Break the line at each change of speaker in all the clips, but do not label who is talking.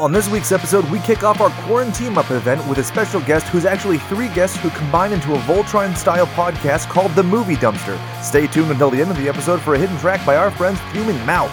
On this week's episode, we kick off our Quarantine Up event with a special guest who's actually three guests who combine into a Voltron style podcast called The Movie Dumpster. Stay tuned until the end of the episode for a hidden track by our friends Fuming Mouth.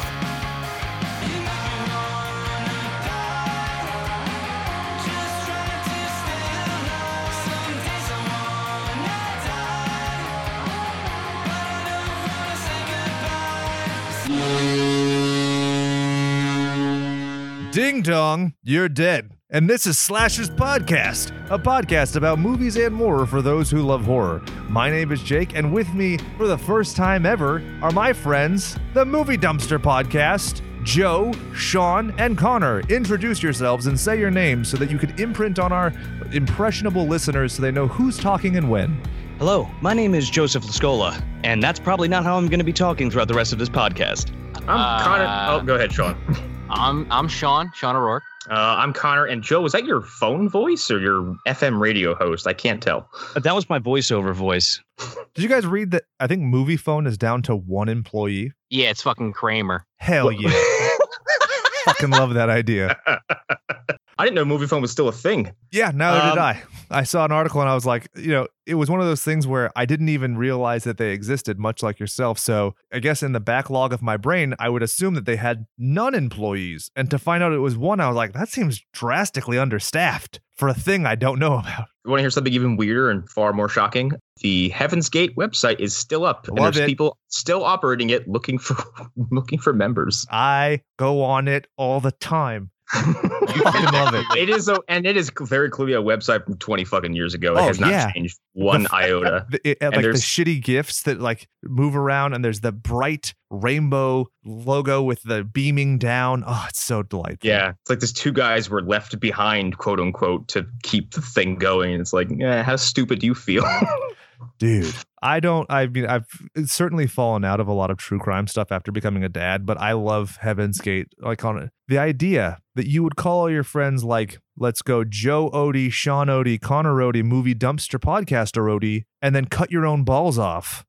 Ding dong, you're dead. And this is Slasher's Podcast, a podcast about movies and more for those who love horror. My name is Jake, and with me for the first time ever are my friends, the Movie Dumpster Podcast, Joe, Sean, and Connor. Introduce yourselves and say your names so that you can imprint on our impressionable listeners so they know who's talking and when.
Hello, my name is Joseph Lascola, and that's probably not how I'm going to be talking throughout the rest of this podcast.
I'm
Uh,
Connor. Oh, go ahead, Sean. Uh,
I'm I'm Sean, Sean O'Rourke.
I'm Connor. And Joe, was that your phone voice or your FM radio host? I can't tell.
But that was my voiceover voice.
Did you guys read that? I think Movie Phone is down to one employee.
Yeah, it's fucking Kramer.
Hell yeah. Fucking love that idea.
I didn't know movie phone was still a thing.
Yeah, neither did
Um,
I. I saw an article and I was like, you know, it was one of those things where I didn't even realize that they existed, much like yourself. So I guess in the backlog of my brain, I would assume that they had none employees. And to find out it was one, I was like, that seems drastically understaffed for a thing I don't know about.
You want to hear something even weirder and far more shocking? The Heaven's Gate website is still up, and
Love
there's
it.
people still operating it, looking for looking for members.
I go on it all the time. Fucking love it.
it is a, and it is very clearly a website from 20 fucking years ago. It
Oh,
has not
yeah.
changed one
The f-
iota.
The, it, uh, like the
there's-
shitty gifts that like move around, and there's the bright rainbow logo with the beaming down. Oh, it's so delightful.
Yeah, it's like these two guys were left behind, quote unquote, to keep the thing going. And it's like, eh, how stupid do you feel?
dude i don't i mean i've certainly fallen out of a lot of true crime stuff after becoming a dad but i love heaven's gate like on the idea that you would call your friends like let's go joe odie sean odie connor odie movie dumpster podcaster odie and then cut your own balls off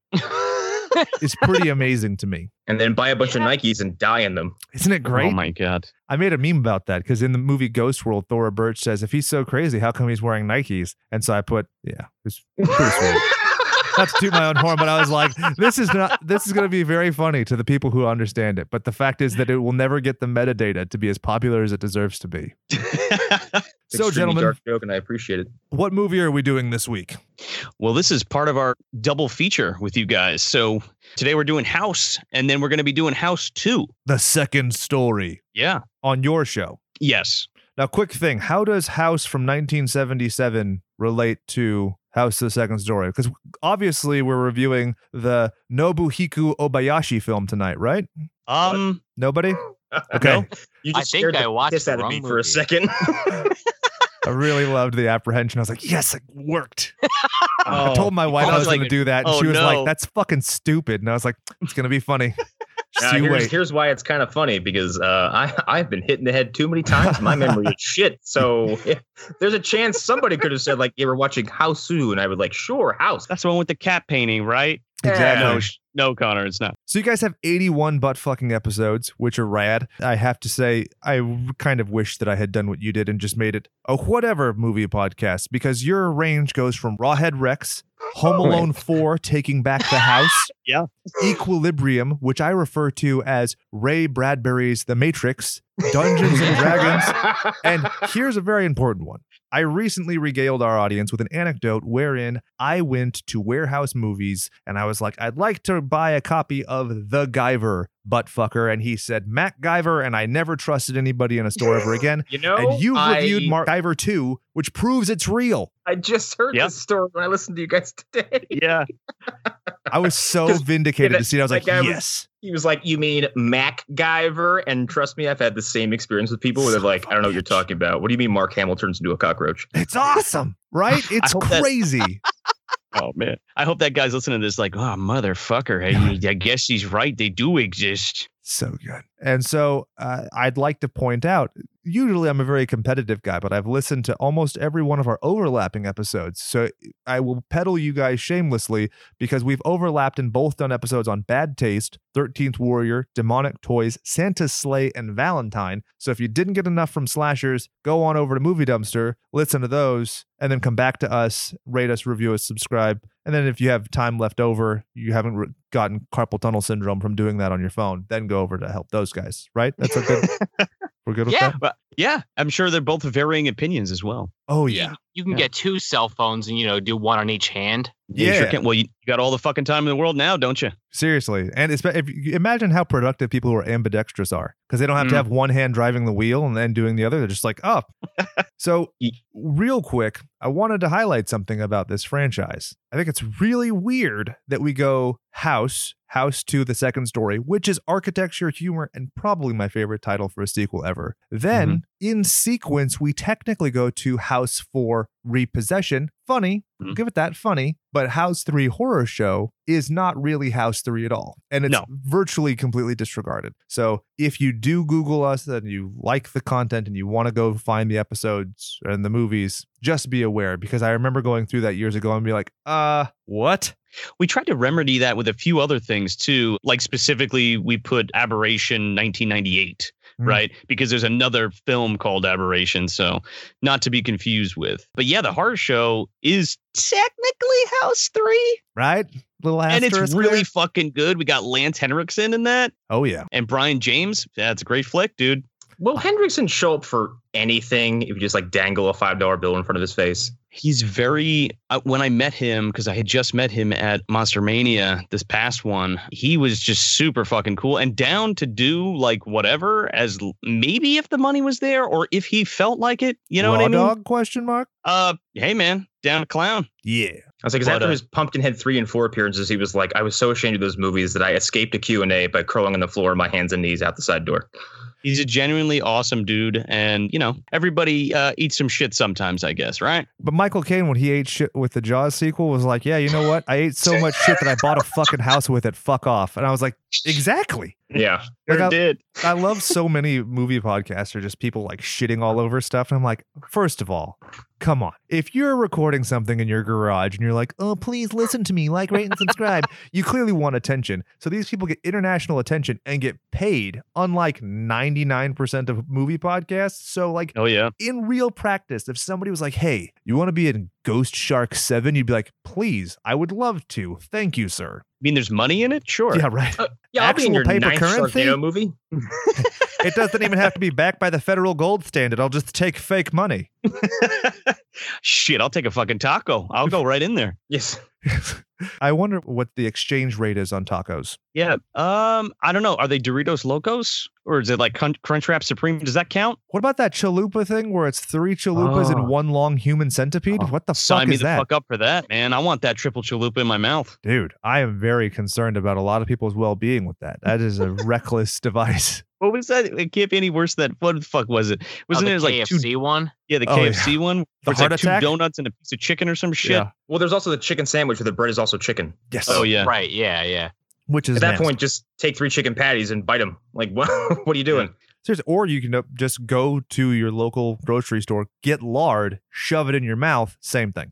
is pretty amazing to me
and then buy a bunch of Nikes and die in them.
isn't it great
Oh my god.
i made a meme about that because in the movie ghost world thora birch says if he's so crazy how come he's wearing nikes and so i put yeah it's pretty sweet not to toot my own horn, but I was like, this is not this is gonna be very funny to the people who understand it. But the fact is that it will never get the metadata to be as popular as it deserves to be.
It's
so,
extremely
gentlemen,
dark joke, and I appreciate it.
what movie are we doing this week?
well, this is part of our double feature with you guys. So today we're doing House, and then we're going to be doing House Two.
The second story
Yeah.
on your show.
Yes.
Now, quick thing. How does House from 1977 relate to House the Second Story? Because obviously we're reviewing the Nobuhiku Obayashi film tonight, right?
Um.
Nobody? Okay.
You
I
just
think
scared
I
the
watched
piss
the
out of me
wrong
for a
movie.
second.
I really loved the apprehension. I was like, yes, it worked. I
Oh.
told my wife I
was
was going to
like,
do that, and
"Oh,
she was like,
no."
"That's fucking stupid." And I was like, "It's going to be funny."
Uh,
Just you
here's,
wait.
here's why it's kind of funny because uh, I I've been hit in the head too many times. My memory is shit. So yeah, there's a chance somebody could have said like, "You were watching House Sue," and I would like, "Sure, House."
That's the one with the cat painting, right?
Exactly.
No, sh- no, Connor, it's not.
So you guys have 81 butt fucking episodes, which are rad. I have to say, I w- kind of wish that I had done what you did and just made it a whatever movie podcast because your range goes from Rawhead Rex, Home
Right.
Alone 4, Taking Back the House,
Yeah.
Equilibrium, which I refer to as Ray Bradbury's The Matrix, Dungeons and Dragons, And here's a very important one. I recently regaled our audience with an anecdote wherein I went to warehouse movies and I was like, I'd like to buy a copy of The Guyver, buttfucker. And he said, Matt Guyver, and I never trusted anybody in a store ever again.
you know,
And you
I,
reviewed Mark Guyver 2, which proves it's real.
I just heard
Yep.
this story when I listened to you guys today.
Yeah.
I was so
'Cause-
vindicated
yeah,
to see it. I was
that
like,
guy was-
yes.
He was like, "You mean Mac Guyver?" And trust me, I've had the same experience with people where they're
Son of
like,
a
"I don't know what you're
bitch.
talking about. What do you mean Mark Hamill turns into a cockroach?"
It's awesome, right? It's
hope that-
crazy.
Oh man. I hope that guy's listening to this like, oh motherfucker. I, I guess he's right. They do exist.
So good. And so uh, I'd like to point out usually I'm a very competitive guy, but I've listened to almost every one of our overlapping episodes. So I will peddle you guys shamelessly because we've overlapped and both done episodes on Bad Taste, 13th Warrior, Demonic Toys, Santa's Sleigh, and Valentine. So if you didn't get enough from Slashers, go on over to Movie Dumpster, listen to those, and then come back to us, rate us, review us, subscribe. And then if you have time left over, you haven't re- gotten carpal tunnel syndrome from doing that on your phone, then go over to help those guys, right? That's a good. We're good with
Yeah.
that?
But yeah, I'm sure they're both varying opinions as well.
Oh,
You-
yeah.
You, can
Yeah.
get two cell phones and you know do one on each hand.
You sure
Yeah.
can. Well, you you got all the fucking time in the world now, don't you?
Seriously, and it's, if you imagine how productive people who are ambidextrous are, because they don't have to
Mm.
have one hand driving the wheel and then doing the other. They're just like, oh. so,
Ye-
real quick, I wanted to highlight something about this franchise. I think it's really weird that we go house, house to the second story, which is architecture, humor, and probably my favorite title for a sequel ever. Then, in sequence, we technically go to house for repossession. Funny, I'll give it that funny but house 3 horror show is not really house 3 at all and it's
No.
virtually completely disregarded so if you do google us and you like the content and you want to go find the episodes and the movies just be aware because i remember going through that years ago and be like uh what
We tried to remedy that with a few other things too. Like specifically, we put Aberration 1998,
Mm.
right? Because there's another film called Aberration, so not to be confused with. But yeah, the horror show is technically House Three,
right little
and it's
asterisk
really
there.
fucking good. We got Lance Henriksen in that,
oh yeah
and Brian James. That's a great flick, dude.
Will Hendrickson show up for anything if you just like dangle a five dollar bill in front of his face?
he's very uh, when i met him because i had just met him at monster mania this past one he was just super fucking cool and down to do like whatever as l- maybe if the money was there or if he felt like it you know
Raw
what i mean
dog question mark
uh hey man down to clown
yeah
I was like, 'cause
But,
after
uh,
his Pumpkinhead three and four appearances, he was like, I was so ashamed of those movies that I escaped a Q and A by curling on the floor, my hands and knees out the side door.
he's a genuinely awesome dude and you know everybody uh, eats some shit sometimes i guess right
but Michael Caine, when he ate shit with the Jaws sequel, was like, "Yeah, you know what? I ate so much shit that I bought a fucking house with it. Fuck off!" And I was like, "Exactly.
Yeah,
Like, I-
did
I love so many movie podcasts are just people like shitting all over stuff. And I'm like, first of all, come on. If you're recording something in your garage and you're like, oh, please listen to me, like, rate, and subscribe, you clearly want attention. So these people get international attention and get paid, unlike 99% of movie podcasts. So, like,
oh yeah
in real practice, if somebody was like, hey, you want to be in Ghost Shark 7, you'd be like, please, I would love to. Thank you, sir.
i mean there's money in it sure
Yeah, right.
yeah, I'll be
Actual
in your
paper
ninth
currency?
Sharknado movie.
It doesn't even have to be backed by the federal gold standard. I'll just take fake money.
shit i'll take a fucking taco i'll go right in there
Yes,
I wonder what the exchange rate is on tacos.
Yeah. Um. I don't know. Are they Doritos Locos or is it like Crunch Crunchwrap Supreme? Does that count?
What about that chalupa thing where it's three chalupas
Ah.
and one long human centipede?
Oh,
what the fuck
Sign me
is
the
that?
fuck up for that, man. I want that triple chalupa in my mouth.
Dude, I am very concerned about a lot of people's well being with that. That is a reckless device.
What was that? It can't be any worse than what the fuck was it? Wasn't it,
oh, the
it was like two?
KFC one?
Yeah, the
Oh, yeah.
KFC one.
The
where it's
heart
like
attack?
two donuts and a piece of chicken or some shit.
Yeah.
well, there's also the chicken sandwich where the bread is also chicken.
Yes.
Oh yeah.
Right. Yeah. Yeah.
Which is
At that
nasty.
point, just take three chicken patties and bite them. Like, what? what are you doing?
Seriously, or you can uh, just go to your local grocery store, get lard, shove it in your mouth. Same thing.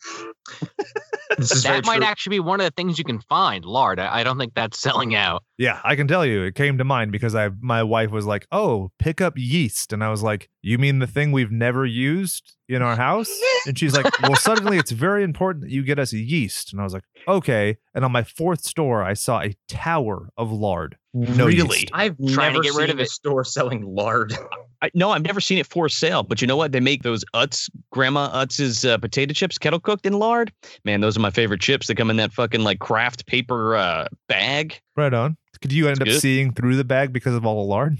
This is very
That might
true.
actually be one of the things you can find. Lard. I, I don't think that's selling out.
Yeah, I can tell you, it came to mind because I my wife was like, "Oh, pick up yeast," and I was like, "You mean the thing we've never used in our house?" And she's like, "Well, suddenly it's very important that you get us yeast," and I was like, "Okay." And on my fourth store, I saw a tower of lard. No
really?
yeast.
I've
Trying
never
to get
seen
rid of
a
it.
store selling lard.
I, no, I've never seen it for sale. But you know what? They make those Utz Grandma Utz's uh, potato chips, kettle cooked in lard. Man, those are my favorite chips. They come in that fucking like craft paper uh, bag.
Right on. Could you end
That's
up
good.
seeing through the bag because of all the lard?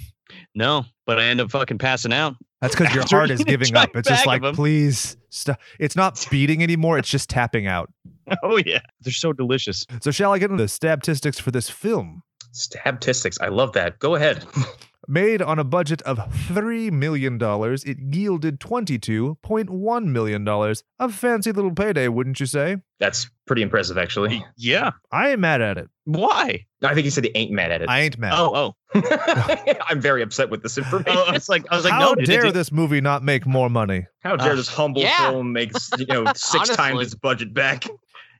No, but I end up fucking passing out.
That's because your
After
heart is
eating a
giving up.
giant
It's just
bag of
like,
them.
please stop. It's not beating anymore. It's just tapping out.
Oh yeah, they're so delicious.
So, shall I get into the statistics for this film?
Stabtistics. I love that. Go ahead.
Made on a budget of $3 million, it yielded $22.1 million. A fancy little payday, wouldn't you say?
That's pretty impressive, actually.
Yeah.
I ain't mad at it.
Why?
I think you said he ain't mad at it.
I ain't mad.
Oh, oh.
I'm very upset with this information.
oh it's like I was like,
How
no, did-
dare
did-
this movie not make more money?
How dare
Uh,
this humble
yeah.
film makes you know six times
Honestly.
its budget back?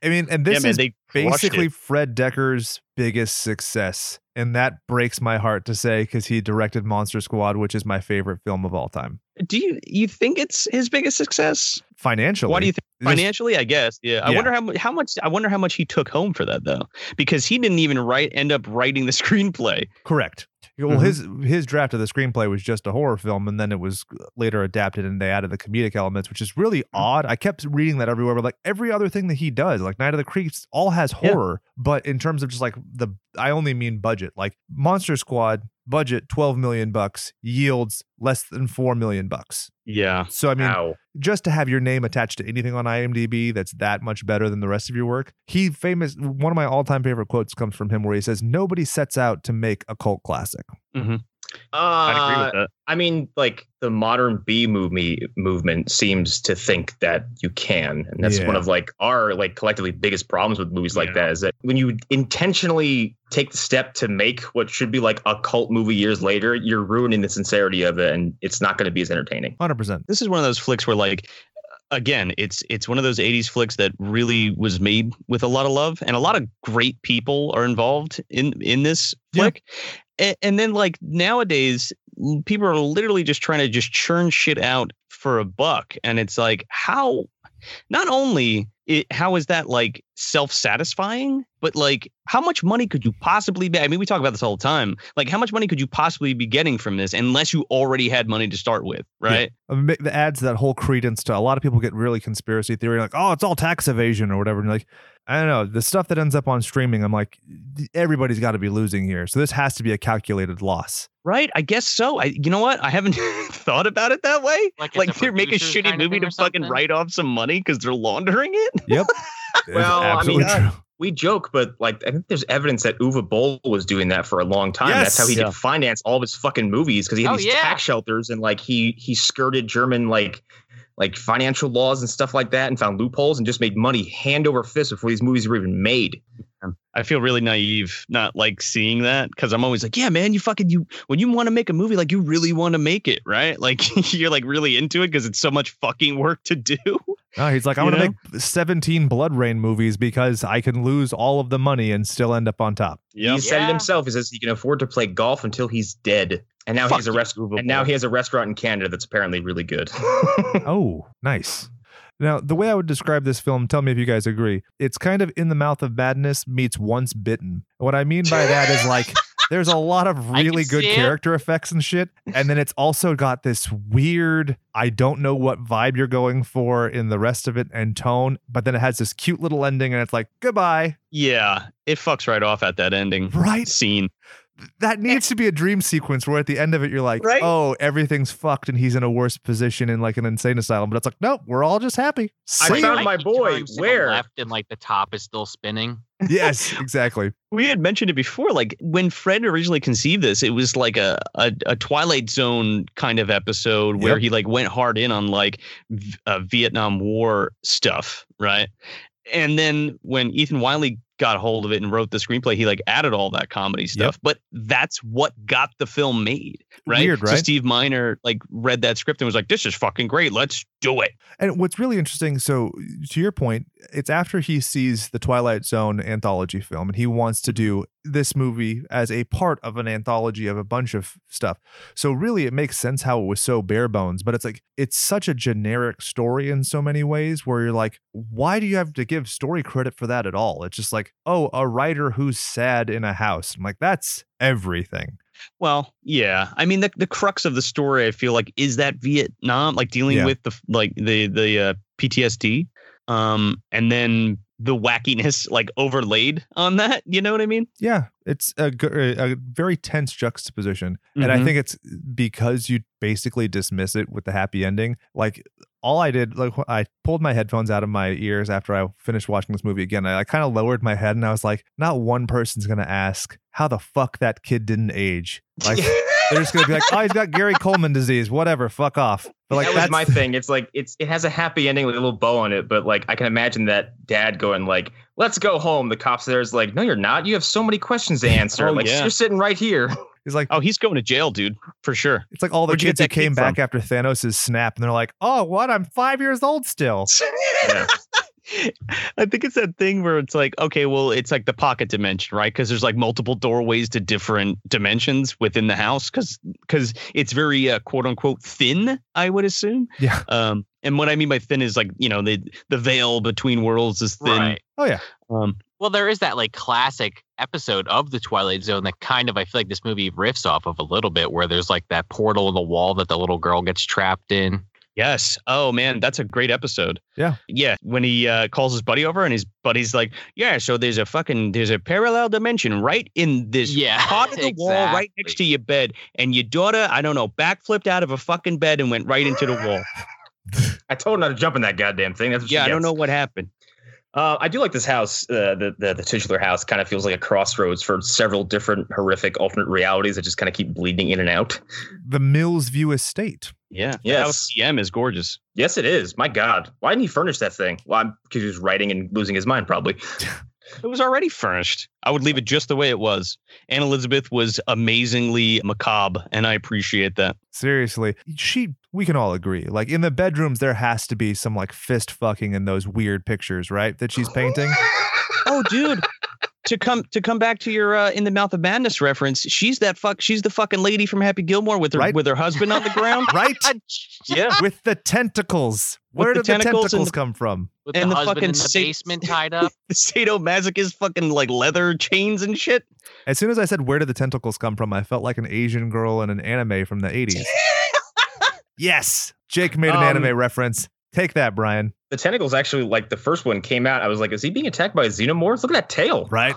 I mean, and
yeah,
this
man,
is
they crushed it.
basically Fred Decker's biggest success. And that breaks my heart to say because he directed Monster Squad, which is my favorite film of all time.
Do you you think it's his biggest success?
Financially.
Why do you think
this-
financially? I guess. Yeah. I
Yeah.
wonder how mu- how much I wonder how much he took home for that though, because he didn't even write end up writing the screenplay.
Correct. Well, his his draft of the screenplay was just a horror film, and then it was later adapted, and they added the comedic elements, which is really odd. I kept reading that everywhere, but like every other thing that he does, like Night of the Creeps, all has
Yeah.
horror. But in terms of just like the, I only mean budget. Like Monster Squad budget twelve million bucks yields less than four million bucks.
Yeah.
So I mean,
Ow.
just to have your name attached to anything on IMDb that's that much better than the rest of your work. He famous one of my all-time favorite quotes comes from him where he says nobody sets out to make a cult classic.
I'd agree
Uh,
with that.
I mean, like the modern B movie movement seems to think that you can, and that's
Yeah.
one of like our like collectively biggest problems with movies like
Yeah.
that is that when you intentionally take the step to make what should be like a cult movie years later, you're ruining the sincerity of it, and it's not going to be as entertaining.
100%.
This is one of those flicks where like again, it's it's one of those 80s flicks that really was made with a lot of love and a lot of great people are involved in in this
Yeah.
flick. A- And, then like nowadays l- people are literally just trying to just churn shit out for a buck and it's like how not only it, how is that like self-satisfying but like how much money could you possibly be i mean we talk about this all the time like how much money could you possibly be getting from this unless you already had money to start with right
I mean, it adds that whole credence to a lot of people get really conspiracy theory like, "Oh, it's all tax evasion or whatever." And you're like, I don't know, the stuff that ends up on streaming, I'm like everybody's got to be losing here. So this has to be a calculated loss.
Right? I guess so. I you know what? I haven't thought about it that way.
Like,
Like they're making a shitty movie to fucking
right.
write off some money because they're laundering it.
Yep. It's
Well, I mean,
absolutely
uh,
true.
We joke, but like I think there's evidence that Uwe Boll was doing that for a long time.
Yes.
That's how he
Yeah.
did finance all of his fucking movies because he had
Oh,
these
yeah.
tax shelters and like he he skirted German like like financial laws and stuff like that and found loopholes and just made money hand over fist before these movies were even made.
I feel really naive not like seeing that because I'm always like, yeah, man, you fucking you when you want to make a movie, like you really want to make it, right? Like you're like really into it because it's so much fucking work to do.
No, he's like, I'm
You
going to make 17 Blood Rain movies because I can lose all of the money and still end up on top.
He said it
Yeah.
himself. He says he can afford to play golf until he's dead. And now
Fuck
he's a
you,
rest-
Uwe
and now
Boll.
he has a restaurant in Canada that's apparently really good.
Oh, nice. Now, the way I would describe this film, tell me if you guys agree, it's kind of in the mouth of madness meets once bitten. What I mean by that is like, there's a lot of
can
really good
see it.
character effects and shit. And then it's also got this weird, I don't know what vibe you're going for in the rest of it and tone, but then it has this cute little ending and it's like, goodbye,
Yeah. It fucks right off at that ending
right?
scene.
that needs to be a dream sequence where at the end of it you're like,
Right?
oh, everything's fucked and he's in a worse position in like an insane asylum. But it's like, nope, we're all just happy.
I
See?
found my
keep
boy.
turning to the
Where?
Left and like the top is still spinning.
yes, exactly.
we had mentioned it before like when fred originally conceived this it was like a a, a twilight zone kind of episode where
Yep.
he like went hard in on like v- uh, vietnam war stuff right and then when ethan wiley got hold of it and wrote the screenplay he like added all that comedy stuff but that's what got the film made right
Weird,
so
right?
steve miner like read that script and was like this is fucking great let's do it
And what's really interesting, so to your point, it's after he sees the Twilight Zone anthology film and he wants to do this movie as a part of an anthology of a bunch of stuff. So really it makes sense how it was so bare bones, but it's like it's such a generic story in so many ways where you're like, why do you have to give story credit for that at all? It's just like, oh, a writer who's sad in a house. I'm like, that's everything.
Well, yeah. I mean, the the crux of the story, I feel like, is that Vietnam, like dealing
Yeah.
with the like the the uh, PTSD, um, and then the wackiness like overlaid on that. You know what I mean?
Yeah, it's a, g- a very tense juxtaposition. and I
Mhm.
think it's because you basically dismiss it with the happy ending. Like all I did, like wh- I pulled my headphones out of my ears after I finished watching this movie again. I, I kind of lowered my head and I was like, not one person's gonna ask how the fuck that kid didn't age. Like They're just gonna be like, "Oh, he's got Gary Coleman disease. Whatever. Fuck off." But like
that
that's
was my thing. It's like it's it has a happy ending with a little bow on it, but like I can imagine that dad going like, "Let's go home." The cops there is like, "No, you're not. You have so many questions to answer.
Oh,
like
yeah.
you're sitting right here."
he's like
Oh, he's going to jail, dude, for sure.
it's like all the
Where'd you get
kids who
that kid
came back
from?
after Thanos' snap, and they're like, "Oh, what? I'm five years old still."
Yeah.
I think it's that thing where it's like, okay, well, it's like the pocket dimension, right? Because there's like multiple doorways to different dimensions within the house, because it's very uh, quote unquote thin, I would assume.
Yeah.
Um, and what I mean by thin is like you know the the veil between worlds is thin.
Right.
Oh yeah.
Um,
Well, there is that like classic episode of the Twilight Zone that kind of I feel like this movie riffs off of a little bit, where there's like that portal in the wall that the little girl gets trapped in.
yes. Oh man, that's a great episode.
Yeah.
Yeah. When he uh, calls his buddy over, and his buddy's like, yeah, so there's a fucking there's a parallel dimension right in this
yeah,
caught in the wall right next to your bed, and your daughter, I don't know, backflipped out of a fucking bed and went right into the wall.
I told her not to jump in that goddamn thing. That's what she
yeah, I don't
gets.
know what happened.
Uh, I do like this house. Uh, the, the the titular house kind of feels like a crossroads for several different horrific alternate realities that just kind of keep bleeding in and out.
The Millsview Estate.
Yeah,
Yes.
CM is gorgeous.
Yes, it is. My God, why didn't he furnish that thing? Well, because he was writing and losing his mind, probably.
It was already furnished. I would leave it just the way it was. Anne Elizabeth was amazingly macabre, and I appreciate that.
Seriously, she. We can all agree. Like in the bedrooms, there has to be some like fist fucking in those weird pictures, right? That she's painting.
Oh, dude. To come to come back to your uh, in the mouth of madness reference, she's that fuck. She's the fucking lady from Happy Gilmore with her
Right.
with her husband on the ground.
right?
yeah,
With the tentacles.
With
Where
the
did the
tentacles
tentacles,
and the-
come from?
With
And the
the, husband
fucking
in the
sa-
basement tied up.
the sadomasochist fucking like leather chains and shit.
As soon as I said where did the tentacles come from, I felt like an Asian girl in an anime from the 80s. yes. Jake made an
Um,
anime reference. Take that, Brian.
The tentacles actually, like the first one came out, I was like, is he being attacked by xenomorphs? Look at that tail.
Right?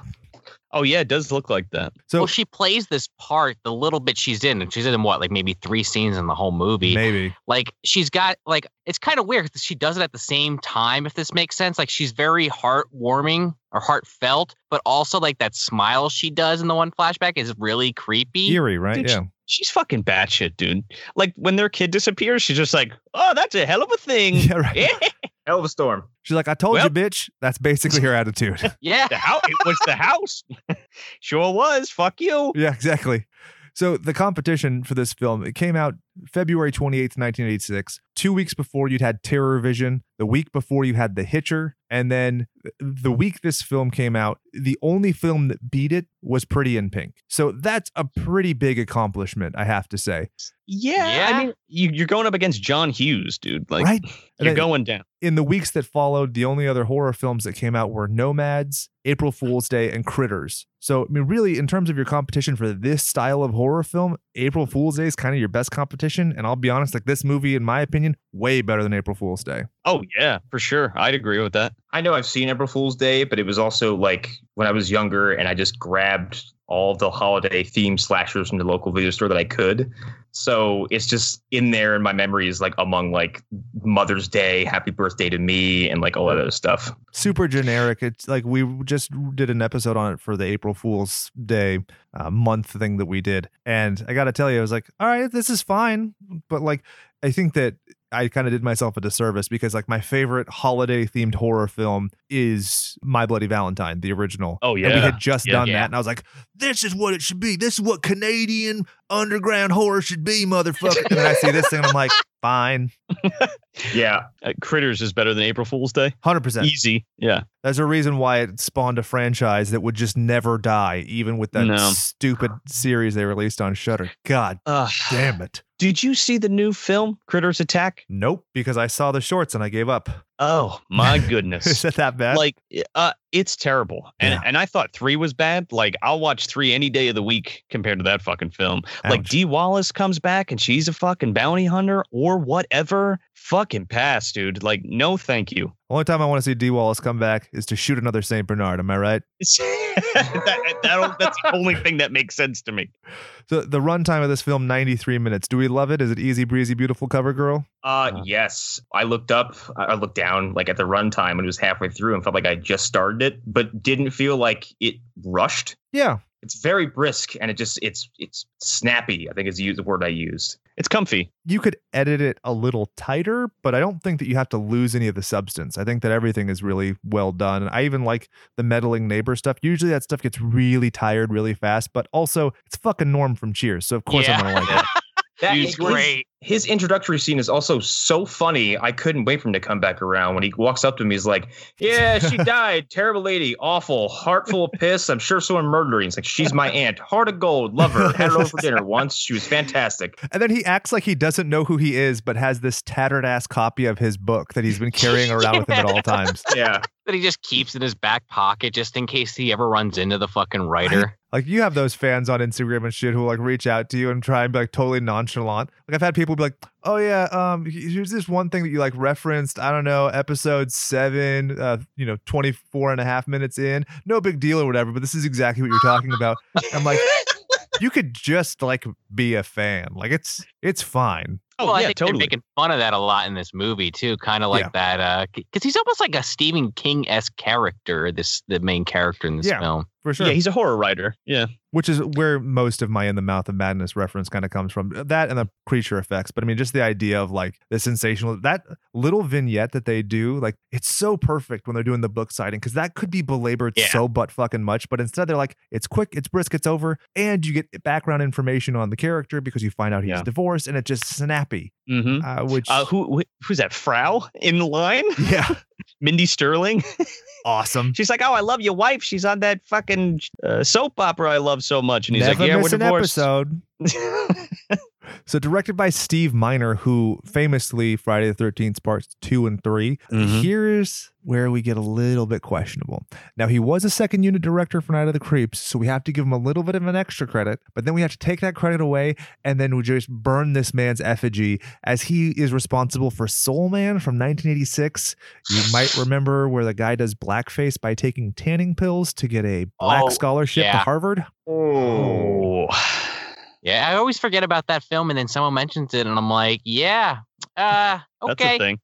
Oh yeah, it does look like that.
So
well, she plays this part the little bit she's in, and she's in what, like maybe three scenes in the whole movie.
maybe.
Like she's got like it's kind of weird that she does it at the same time, if this makes sense. Like she's very heartwarming or heartfelt, but also like that smile she does in the one flashback is really creepy.
Eerie, right?
Dude,
yeah.
she's fucking batshit, dude. Like when their kid disappears, she's just like, "Oh, that's a hell of a thing."
Yeah, right.
Yeah,
Hell of a storm.
She's like, I told
Well-
you, bitch. That's basically her attitude.
yeah.
the house. It was the house. sure was. Fuck you.
yeah, exactly. So the competition for this film, it came out February 28th, 1986. Two weeks before you'd had Terror Vision, the week before you had The Hitcher, and then th- the week this film came out, the only film that beat it was Pretty in Pink. So that's a pretty big accomplishment, I have to say.
Yeah,
Yeah.
I mean, you, you're going up against John Hughes, dude. Like,
right?
you're
And then
going down.
in the weeks that followed, the only other horror films that came out were Nomads, April Fool's Day, and Critters. So, I mean, really, in terms of your competition for this style of horror film, April Fool's Day is kind of your best competition. And I'll be honest, like this movie, in my opinion, way better than April Fool's Day.
Oh yeah, for sure. I'd agree with that.
I know I've seen April Fool's Day, but it was also like when I was younger and I just grabbed all the holiday themed slashers from the local video store that I could. So it's just in there in my memories, like among like Mother's Day, Happy Birthday to Me, and like all that other stuff.
Super generic. It's like we just did an episode on it for the April Fool's Day uh, month thing that we did. And I got to tell you, I was like, all right, this is fine. But like, I think that I kind of did myself a disservice because like my favorite holiday themed horror film is My Bloody Valentine, the original.
Oh
And we
yeah.
had just
Yeah.
done
Yeah.
that. And I was like, this is what it should be. This is what Canadian underground horror should be, motherfucker. and then I see this thing and I'm like, fine,
Yeah.
Uh, Critters is better than April Fool's Day.
100%.
Easy. Yeah.
There's a reason why it spawned a franchise that would just never die, even with that
No.
stupid series they released on Shudder. God
Uh,
damn it.
Did you see the new film Critters Attack?
Nope, because I saw the shorts and I gave up.
Oh my
Is
goodness.
it that bad?
like uh it's terrible and
Yeah.
and i thought three was bad like i'll watch three any day of the week compared to that fucking film like
Ouch.
dee wallace comes back and she's a fucking bounty hunter or whatever fucking pass dude like no thank you
Only time I want to see D Wallace come back is to shoot another St. Bernard. Am I right?
that, that'll- that's the only thing that makes sense to me
So the runtime of this film, 93 minutes. Do we love it? Is it easy breezy, beautiful cover girl?
Uh,
Huh.
yes. I looked up, I I looked down like at the runtime when it was halfway through and felt like I just started it, but didn't feel like it rushed.
Yeah,
it's very brisk and it just it's it's snappy. I think is the the word I used.
It's comfy.
You could edit it a little tighter, but I don't think that you have to lose any of the substance. I think that everything is really well done. And I even like the meddling neighbor stuff. Usually that stuff gets really tired really fast, but also it's fucking Norm from Cheers. So of course I'm going to like it.
That
He's
is
great.
His introductory scene is also so funny. I couldn't wait for him to come back around. When he walks up to me, he's like, "Yeah, she died. Terrible lady. Awful. Heartful of piss. I'm sure someone murdered her." He's like, "She's my aunt. Heart of gold. Love her. Had her over for dinner once. She was fantastic."
And then he acts like he doesn't know who he is, but has this tattered ass copy of his book that he's been carrying around with him at all times.
Yeah,
that he just keeps in his back pocket just in case he ever runs into the fucking writer.
Like you have those fans on Instagram and shit who like reach out to you and try and be like totally nonchalant. Like I've had people be like, "Oh yeah, um, here's this one thing that you like referenced. I don't know, episode seven, uh, you know, 24 and a half minutes in. No big deal or whatever. But this is exactly what you're talking about. I'm like, you could just like be a fan. Like it's it's fine.
Oh
well, I
yeah,
think
totally.
they're making fun of that a lot in this movie too, kind of like that, because he's almost like a Stephen King esque character. This the main character in this
Yeah.
film.
For sure.
Yeah, he's a horror writer. Yeah.
which is where most of my in the mouth of madness reference kind of comes from that and the creature effects but i mean just the idea of like the sensational that little vignette that they do like it's so perfect when they're doing the book signing because that could be belabored
Yeah.
so butt fucking much but instead they're like it's quick it's brisk it's over and you get background information on the character because you find out he's
Yeah.
divorced and it's just snappy
Mm-hmm.
uh, which
Uh, who wh- who's that? Frau in line?
yeah
Mindy Sterling.
awesome
She's like, "Oh, I love your wife. She's on that fucking uh, soap opera I love so much." And he's
Never
like, "Yeah, we're
miss an
divorced."
episode So directed by Steve Miner, who famously Friday the Thirteenth parts two and 3
Mm-hmm.
Mhm.
Here's where we get a little bit questionable. Now he was a second unit director for Night of the Creeps, so we have to give him a little bit of an extra credit. But then we have to take that credit away, and then we just burn this man's effigy as he is responsible for Soul Man from 1986. You might remember where the guy does blackface by taking tanning pills to get a black
Oh,
scholarship to
yeah.
Harvard.
oh.
Yeah, I always forget about that film, and then someone mentions it, and I'm like, yeah, uh,
That's
okay.
a thing.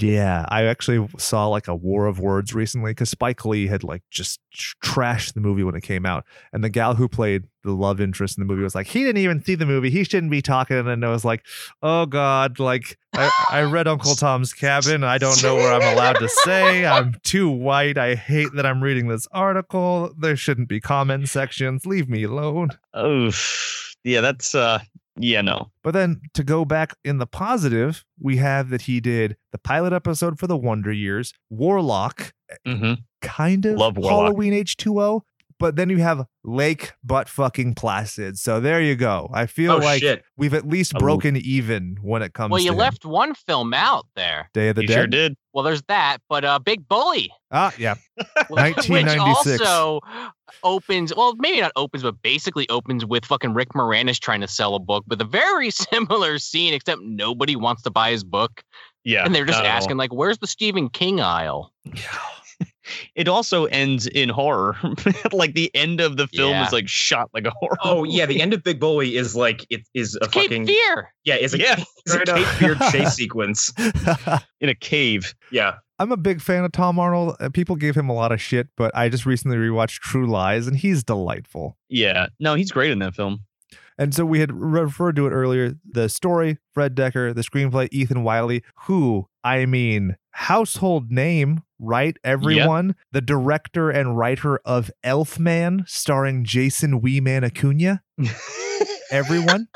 Yeah, I actually saw like a war of words recently because Spike Lee had like just tr- trashed the movie when it came out, and the gal who played the love interest in the movie was like, he didn't even see the movie, he shouldn't be talking, and I was like, oh god, like I, I read Uncle Tom's Cabin, I don't know where I'm allowed to say, I'm too white, I hate that I'm reading this article, there shouldn't be comment sections, leave me alone.
Oof. Yeah, that's uh yeah, no.
But then to go back in the positive, we have that he did the pilot episode for the Wonder Years, Warlock,
Mm-hmm.
kind of
Love Warlock.
Halloween H2O, but then you have Lake Butt Fucking Placid. So there you go. I feel
Oh
like
shit.
we've at least
Oh.
broken even when it comes
Well,
to
you
him.
left one film out there.
Day of the
He
Dead.
sure did.
Well, there's that, but uh, Big Bully,
Ah, yeah.
which-
1996.
which also opens. Well, maybe not opens, but basically opens with fucking Rick Moranis trying to sell a book, with a very similar scene, except nobody wants to buy his book,
Yeah. uh,
and they're just
not at all.
asking like, "Where's the Stephen King aisle?"
It also ends in horror. like the end of the film
Yeah.
is like shot like a horror.
Oh yeah, the end of Big Bully is like it is a
Cape
fucking
Fear.
yeah, it's a,
Yeah,
it's a
straight up.
Cape Fear chase sequence.
in a cave.
Yeah,
I'm a big fan of Tom Arnold. Uh, People gave him a lot of shit, but I just recently rewatched True Lies and he's delightful.
Yeah. No, he's great in that film.
And so we had referred to it earlier. The story, Fred Decker, the screenplay, Ethan Wiley, who, I mean, household name, right? Everyone. The director and writer of Elfman, starring Jason Weeman Acuna. Everyone.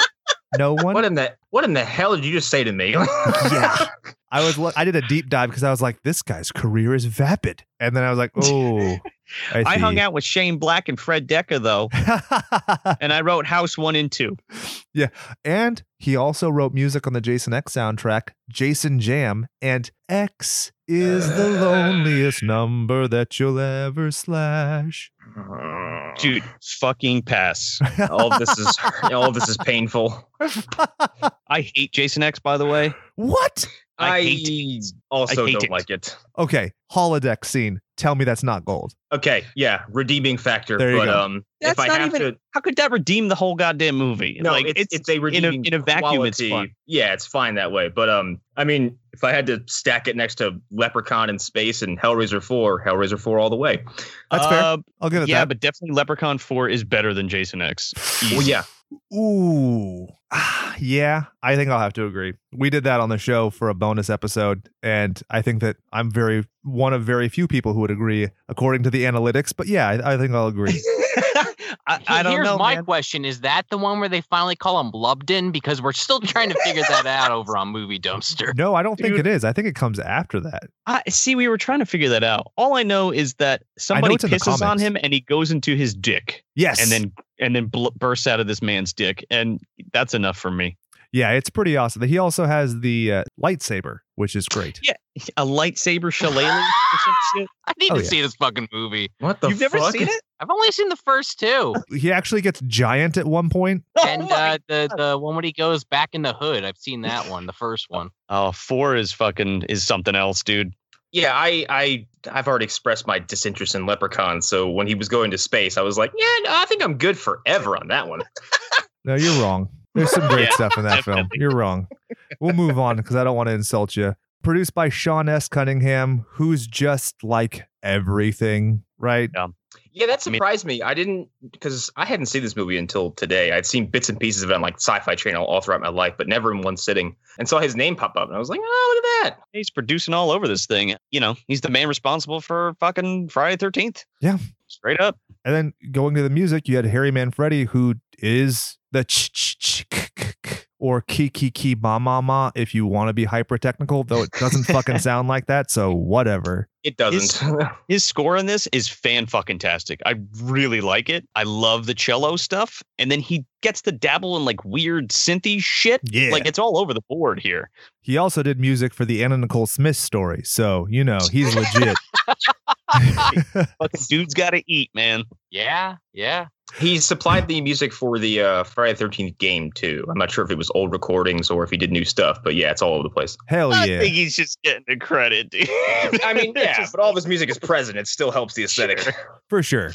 no one.
what in the what in the hell did you just say to me?
Yeah. I was lo- I did a deep dive because I was like, this guy's career is vapid. And then I was like, oh. I,
I hung out with Shane Black and Fred Decker though,
out.
and I wrote House 1 and 2.
and he also wrote music on the Jason X soundtrack, Jason Jam, and X is the loneliest number that you'll ever slash.
Dude, fucking pass.
all of this is all of this is painful.
I hate Jason X by the way.
what?
I
I,
hate
also
I hate
don't
it.
like it.
Okay, holodeck scene. Tell me that's not gold.
Okay, yeah, redeeming factor.
There you
but
go.
um,
That's
if I
not
have
even-
to,
How could that redeem the whole goddamn movie?
no,
like
it's, it's, a
in a
redeeming
in a vacuum it's
quality.
fun.
Yeah, it's fine that way. But um, I mean, If I had to stack it next to Leprechaun in Space and Hellraiser 4, Hellraiser 4 all the way.
That's fair. I'll give it
Uh, yeah,
that.
but definitely Leprechaun 4 is better than Jason X.
Well, yeah.
Ooh. Ah, Yeah, I think I'll have to agree. We did that on the show for a bonus episode, and I think that I'm very one of very few people who would agree according to the analytics. But yeah, I, I think I'll agree.
I, I don't
Here's
know.
my
man.
question: Is that the one where they finally call him Lubden? Because we're still trying to figure that out over on Movie Dumpster.
No, I don't think it
Dude.
is. I think it comes after that.
I see. We were trying to figure that out. All I know is that somebody
it's in the
pisses on
comics.
him and he goes into his dick
Yes,
and then and then bl- bursts out of this man's dick, and that's enough for me.
yeah, it's pretty awesome. He also has the uh, lightsaber, which is great.
A lightsaber shillelagh. or some shit.
I need
Oh,
to
yeah.
see this fucking movie.
What the
You've
fuck?
never seen it?
I've only seen the first two,
He actually gets giant at one point.
Oh
and uh, the the one when he goes back in the hood. I've seen that one, the first one.
Oh, four is fucking is something else, dude.
Yeah, I, I, I've already expressed my disinterest in Leprechaun. So when he was going to space, I was like, yeah, no, I think I'm good forever on that one.
No, you're wrong. There's some great
Yeah,
stuff in that film.
definitely.
You're wrong. We'll move on because I don't want to insult you. Produced by Sean S. Cunningham, who's just like everything, right?
Yeah, that
I mean-
surprised me. I didn't because I hadn't seen this movie until today. I'd seen bits and pieces of it on like Sci-Fi Channel all throughout my life, but never in one sitting. And saw his name pop up, and I was like, "Oh, look at that!"
He's producing all over this thing. You know, he's the man responsible for fucking Friday Thirteenth.
Yeah.
straight up.
And then going to the music, you had Harry Manfredi, who is the ch ch ch k- k- k- or ki ki ki ma ma ma if you want to be hyper technical, though it doesn't fucking sound like that. So whatever.
It doesn't.
His score on this is fan fucking tastic. I really like it. I love the cello stuff, and then he gets to dabble in like weird synthy shit.
Yeah.
Like it's all over the board here.
He also did music for the Anna Nicole Smith story. So, you know, he's legit.
Fucking dude's got to eat, man.
Yeah, yeah.
he supplied the music for the uh, Friday Thirteenth game too. I'm not sure if it was old recordings or if he did new stuff, but yeah, it's all over the place.
Hell
I
yeah.
think he's just getting the credit, dude.
I mean,
They're
yeah,
just-
but all of his music is present. It still helps the aesthetic.
for sure.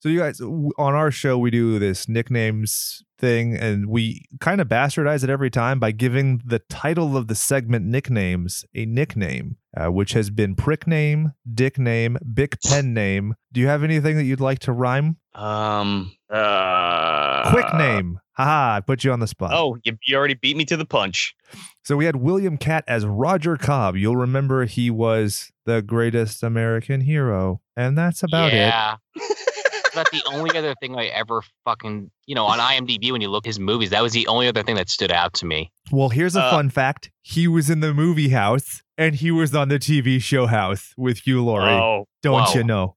So you guys w- on our show we do this nicknames thing and we kind of bastardize it every time by giving the title of the segment nicknames a nickname uh, which has been prick name, dick name, big pen name. Do you have anything that you'd like to rhyme?
Um.
Uh,
Quick name. Haha, I put you on the spot.
Oh, you, you already beat me to the punch.
So we had William Cat as Roger Cobb. You'll remember he was the greatest American hero. And that's about it.
yeah. It's about the only other thing I ever fucking you know on IMDb when you look at his movies. That was the only other thing that stood out to me.
Well, here's a
Uh,
fun fact. He was in the movie House and he was on the TV show House with Hugh Laurie.
Oh,
Don't
wow.
you know?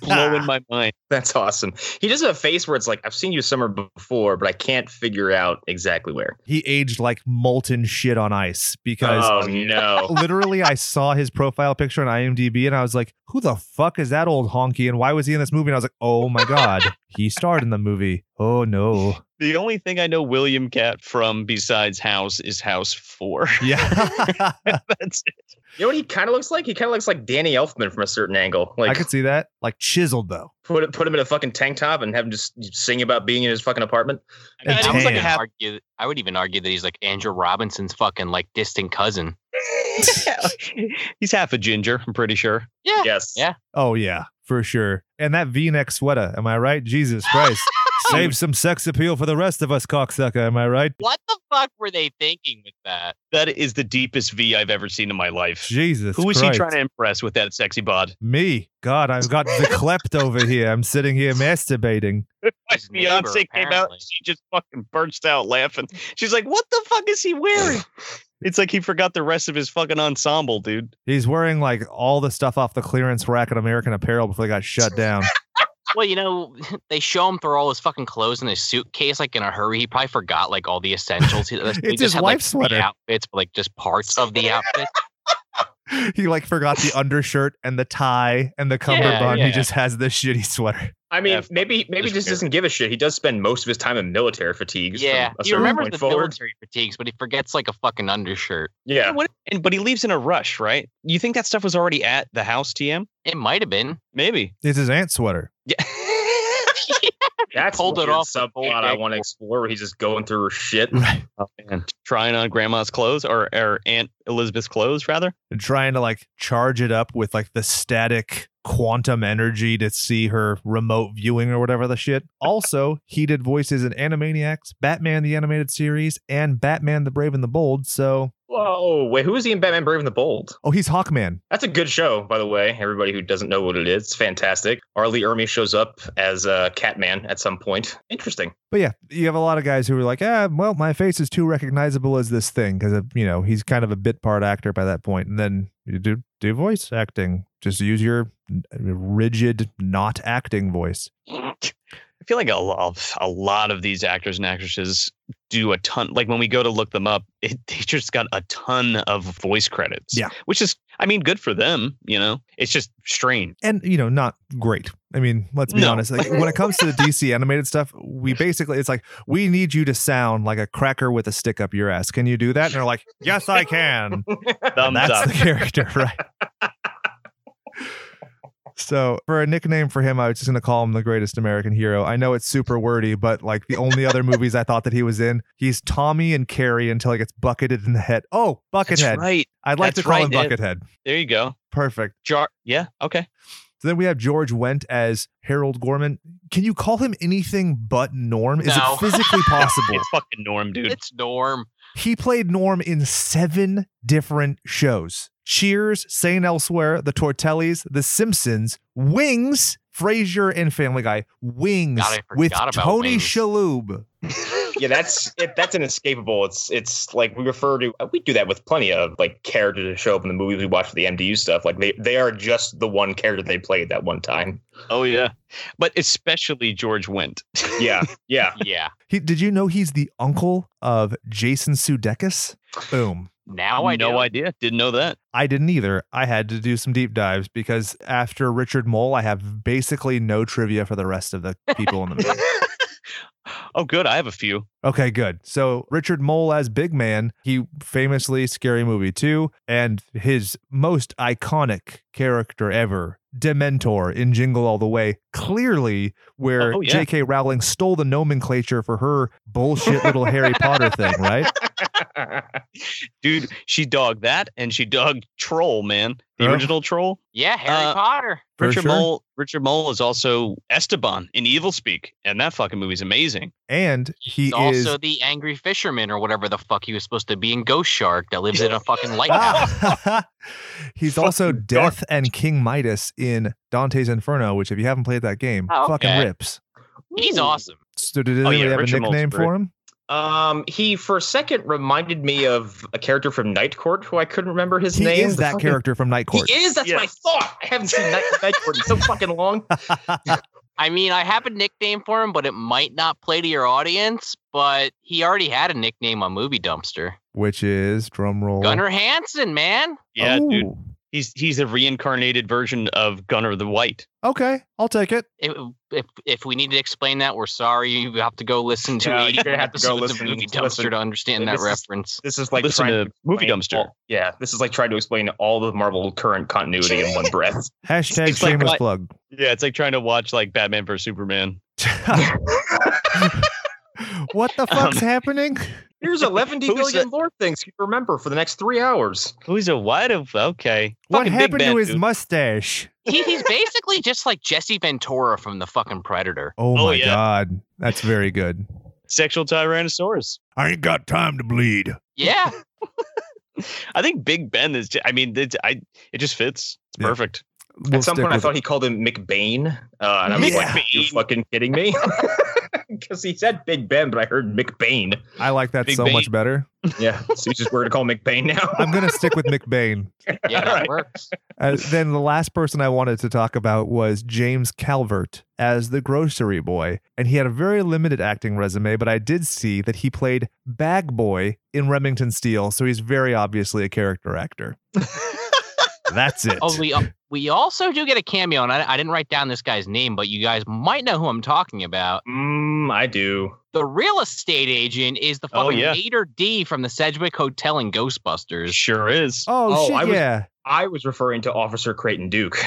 blowing my mind.
That's awesome. He does have a face where it's like, I've seen you somewhere before, but I can't figure out exactly where.
He aged like molten shit on ice because
Oh no.
literally I saw his profile picture on IMDb and I was like, who the fuck is that old honky and why was he in this movie? And I was like, oh my God, he starred in the movie. Oh no.
The only thing I know William Cat from besides House is House Four.
Yeah.
That's it.
You know what he kind of looks like? He kind of looks like Danny Elfman from a certain angle.
I
Like
could see that. Like chiseled though.
put it- put him in a fucking tank top and have him just sing about being in his fucking apartment.
I mean,
And
it was like
tan.
a
even
half.
argue, I would even argue that he's like Andrew Robinson's fucking like distant cousin.
He's half a ginger. I'm pretty sure.
Yeah.
Yes.
Yeah.
Oh yeah, for sure. And that V-neck sweater, am I right? Jesus Christ. Save some sex appeal for the rest of us, cocksucker. Am I right?
What the fuck were they thinking with that?
That is the deepest V I've ever seen in my life.
Jesus.
Who is
Christ.
he trying to impress with that sexy bod?
Me. God, I've got the klept over here. I'm sitting here masturbating.
My
His neighbor,
fiance came out.
apparently.
and She just fucking burst out laughing. She's like, "What the fuck is he wearing?" it's like he forgot the rest of his fucking ensemble, dude.
He's wearing like all the stuff off the clearance rack at American Apparel before they got shut down.
Well, you know, they show him throw all his fucking clothes in his suitcase like in a hurry. He probably forgot like all the essentials. He- he
It's his
had,
wife's
like, three
sweater.
outfits, but like just parts of the outfit.
he like forgot the undershirt and the tie and the cummerbund. He
yeah.
just has this shitty sweater.
I mean,
Yeah,
maybe maybe he just
disappear.
doesn't give a shit. He does spend most of his time in military fatigues. from
Yeah,
a
he
certain
remembers
point
the
forward.
military fatigues, but he forgets like a fucking undershirt.
Yeah.
What- And but he leaves in a rush, right? You think that stuff was already at the house, TM?
It might have been.
Maybe.
It's his aunt sweater.
Yeah.
That's
Pulled it
the
off the
subplot
whole
I
thing.
want to explore where he's just going through her shit.
Right.
Oh, man. Trying on grandma's clothes or, or Aunt Elizabeth's clothes, rather.
and trying to like charge it up with like the static quantum energy to see her remote viewing or whatever the shit. Also, he did voices in Animaniacs, Batman the Animated Series, and Batman the Brave and the Bold. So,
Whoa, wait, who is he in Batman Brave and the Bold?
oh, he's Hawkman.
That's a good show, by the way. Everybody who doesn't know what it is, it's fantastic. Arlie Ermy shows up as uh, Catman at some point. Interesting.
But yeah, you have a lot of guys who are like, ah, well, my face is too recognizable as this thing because, you know, he's kind of a bit part actor by that point. And then you do, do voice acting. Just use your rigid, not acting voice.
I feel like a lot, a lot of these actors and actresses do a ton. Like when we go to look them up, it, they just got a ton of voice credits.
Yeah.
which is, I mean, good for them. You know, it's just strange.
and you know not great i mean let's be
No.
honest like when it comes to the dc animated stuff we basically it's like we need you to sound like a cracker with a stick up your ass can you do that and they're like yes i can
Thumbs
that's
up.
the character right so for a nickname for him i was just going to call him the greatest american hero i know it's super wordy but like the only other movies i thought that he was in he's tommy and carrie until he gets bucketed in the head oh
That's
buckethead
right.
i'd like
That's
to call him
right.
buckethead
There you go.
perfect
Jar. Yeah. Okay.
so then we have George Wendt as Harold Gorman. Can you call him anything but Norm? Is
No.
it physically possible?
It's fucking Norm, dude.
It's Norm.
he played Norm in seven different shows Cheers, St. Elsewhere, The Tortellis, The Simpsons, Wings, Frasier, and Family Guy. Wings
God, I forgot
with
about
Tony
Wings.
Shalhoub.
yeah, that's it, that's inescapable. It's it's like we refer to we do that with plenty of like characters that show up in the movies we watch for the MDU stuff. Like they they are just the one character they played that one time.
oh yeah, but especially George Wendt.
Yeah, yeah.
Yeah.
He, did you know he's the uncle of Jason Sudeikis? Boom.
Now I
no
know.
idea. Didn't know that.
I didn't either. I had to do some deep dives because after Richard Mole, I have basically no trivia for the rest of the people in the movie.
oh, good. I have a few.
Okay, good. So Richard Mole as Big Man, he famously Scary Movie 2, and his most iconic character ever, Dementor in Jingle All the Way, clearly where
Oh, yeah.
J.K. Rowling stole the nomenclature for her bullshit little Harry Potter thing, right?
Dude, she dogged that and she dogged Troll, man. The
Yeah.
original Troll.
Yeah, Harry
Uh,
Potter.
For
Richard
sure.
Mole Richard Mole is also Esteban in Evil Speak, and that fucking movie's amazing.
And he
He's also
is
the angry fisherman or whatever the fuck he was supposed to be in Ghost Shark that lives in a fucking lighthouse.
Wow. He's also Death and King Midas in Dante's Inferno, which if you haven't played that game,
Oh,
fucking
okay.
rips.
He's awesome.
So did
Oh,
anybody
yeah,
have
Richard
a
Mole's
nickname
great.
for him?
Um, he for a second reminded me of a character from Night Court who I couldn't remember his
he
name.
is
The
that
fucking-
character from Night Court.
He is. That's what I thought. I haven't seen Night, Night Court in so fucking long.
I mean, I have a nickname for him, but it might not play to your audience. But he already had a nickname on Movie Dumpster.
Which is drumroll.
Gunnar Hansen, man.
Yeah,
oh,
dude. He's he's a reincarnated version of Gunnar the White.
Okay, I'll take it.
If, if if we need to explain that, we're sorry. You have to go listen to
Yeah,
80
you're gonna have to go
episodes of
listen-
Movie Dumpster
listen.
to understand that
This is-
reference.
This is like
Listen
trying
to Movie
explain
Dumpster.
all- yeah, this is like trying to explain all the Marvel current continuity in one breath.
Hashtag
It's like
shameless
what-
plug.
Yeah, it's like trying to watch like Batman vs Superman.
what
Um,
the fuck's happening?
Here's 11
Who's
billion lore things you remember for the next three hours.
Who's a white of okay.
What
Fucking Big
happened
Ben,
to his
dude.
mustache?
He, he's basically just like Jesse Ventura from the fucking Predator.
Oh,
Oh,
my
yeah.
god. That's very good.
sexual tyrannosaurus?
I ain't got time to bleed.
Yeah,
I think Big Ben is ju- I mean it's, I it just fits. It's
Yeah.
perfect.
We'll
At some
stick
point, I
with
thought he called him McBain. Uh, and I'm like,
Yeah.
you fucking kidding me? Because he said Big Ben, but I heard McBain.
it. I like that
Big
so
Bane.
much better.
Yeah, so he's just weird to call McBain now.
I'm gonna stick with McBain.
yeah, that
Alright.
works.
Uh, then the last person I wanted to talk about was James Calvert as the grocery boy, and he had a very limited acting resume, but I did see that he played bag boy in Remington Steele, so he's very obviously a character actor. That's it.
Oh, we we also do get a cameo, and I, I didn't write down this guy's name, but you guys might know who I'm talking about.
Mm, I do.
The real estate agent is the fucking
Oh, yeah.
Mater D from the Sedgwick Hotel in Ghostbusters.
Sure is.
oh,
Oh,
shit,
I was-
yeah.
I was referring to Officer Creighton Duke.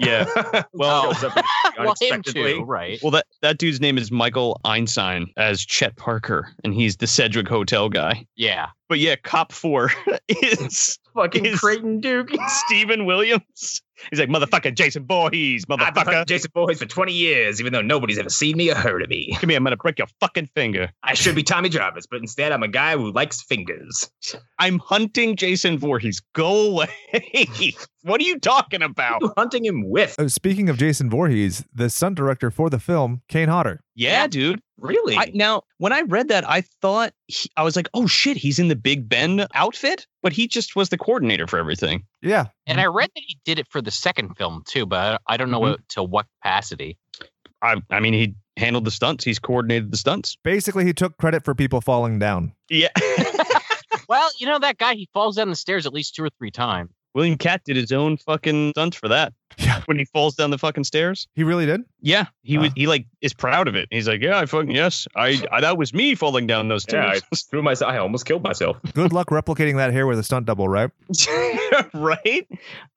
Yeah. Well,
Oh. well, him too, right?
well, that that dude's name is Michael Einstein as Chet Parker, and he's the Sedgwick Hotel guy.
yeah.
But yeah, Cop Four is
fucking
Is-
Creighton Duke.
Stephen Williams. He's like motherfucker, Jason Voorhees,
I've been
motherfucker.
hunting Jason Boys for 20 years, even though nobody's ever seen me or heard of me.
Come here, I'm gonna break your fucking finger.
I should be Tommy Jarvis, but instead I'm a guy who likes fingers.
I'm hunting Jason Voorhees. Go away. what are you talking about?
Who hunting him with?
Oh, speaking of Jason Voorhees, the stunt director for the film, Kane Hodder.
Yeah, dude.
Really?
I, now, when I read that, I thought he, I was like, "Oh shit, he's in the Big Ben outfit," but he just was the coordinator for everything.
Yeah.
And I read that he did it for the second film too, but I I don't know
Mm-hmm.
what, to what capacity.
I, I mean, he handled the stunts. He's coordinated the stunts.
Basically, he took credit for people falling down.
Yeah.
Well, you know that guy, he falls down the stairs at least two or three times.
William Cat did his own fucking stunts for that.
Yeah.
When he falls down the fucking stairs.
He really did?
Yeah, he
Huh.
was. He like is proud of it. He's like, "Yeah, I fucking yes, I, I that was me falling down those
Yeah,
stairs."
threw myself. I almost killed myself.
Good luck replicating that here with a stunt double, right?
right?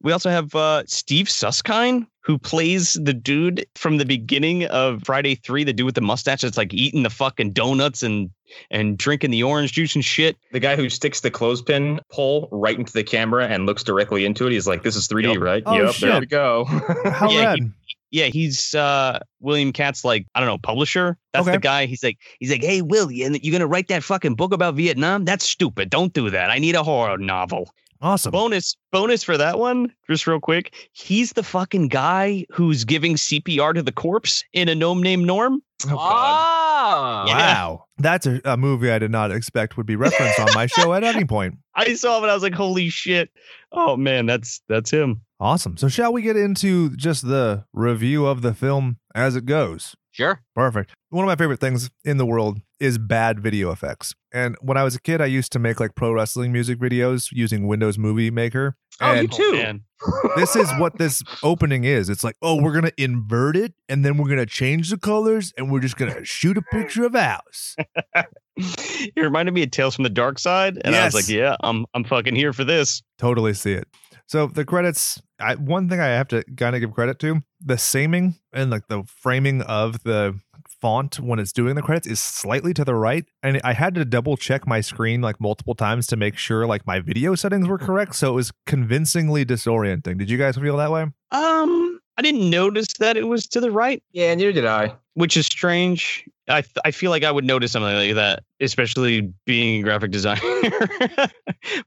We also have uh, Steve Suskind, who plays the dude from the beginning of Friday Three, the dude with the mustache that's like eating the fucking donuts and and drinking the orange juice and shit.
The guy who sticks the clothespin pole right into the camera and looks directly into it. He's like, "This is 3D,
Yep.
right?
Oh,
yep, there
shit.
we go." Oh,
How
Yeah,
rad.
he- Yeah, he's uh, William Katz, like I don't know, publisher. That's
Okay.
the guy. He's like, he's like, hey, Willie, and you're gonna write that fucking book about Vietnam? That's stupid. Don't do that. I need a horror novel.
awesome.
bonus bonus for that one just real quick he's the fucking guy who's giving cpr to the corpse in a gnome named norm
Oh, Ah.
Yeah.
Wow. That's a, a movie I did not expect would be referenced on my show at any point.
i saw him and i was like holy shit oh man that's that's him
Awesome. So, shall we get into just the review of the film as it goes?
sure.
Perfect. One of my favorite things in the world is bad video effects. And when I was a kid, I used to make like pro wrestling music videos using Windows Movie Maker.
Oh, you
And
too.
man.
this is what this opening is. It's like, oh, we're gonna invert it, and then we're gonna change the colors, and we're just gonna shoot a picture of ours.
it reminded me of tales from the dark side and i
Yes.
was like yeah i'm i'm fucking here for this
totally see it. So the credits. I, one thing I have to kind of give credit to the saming and like the framing of the font when it's doing the credits is slightly to the right and i had to double check my screen like multiple times to make sure like my video settings were correct so it was convincingly disorienting did you guys feel that way
um i didn't notice that it was to the right
yeah, neither did I.
which is strange I, th- I feel like I would notice something like that, especially being a graphic designer.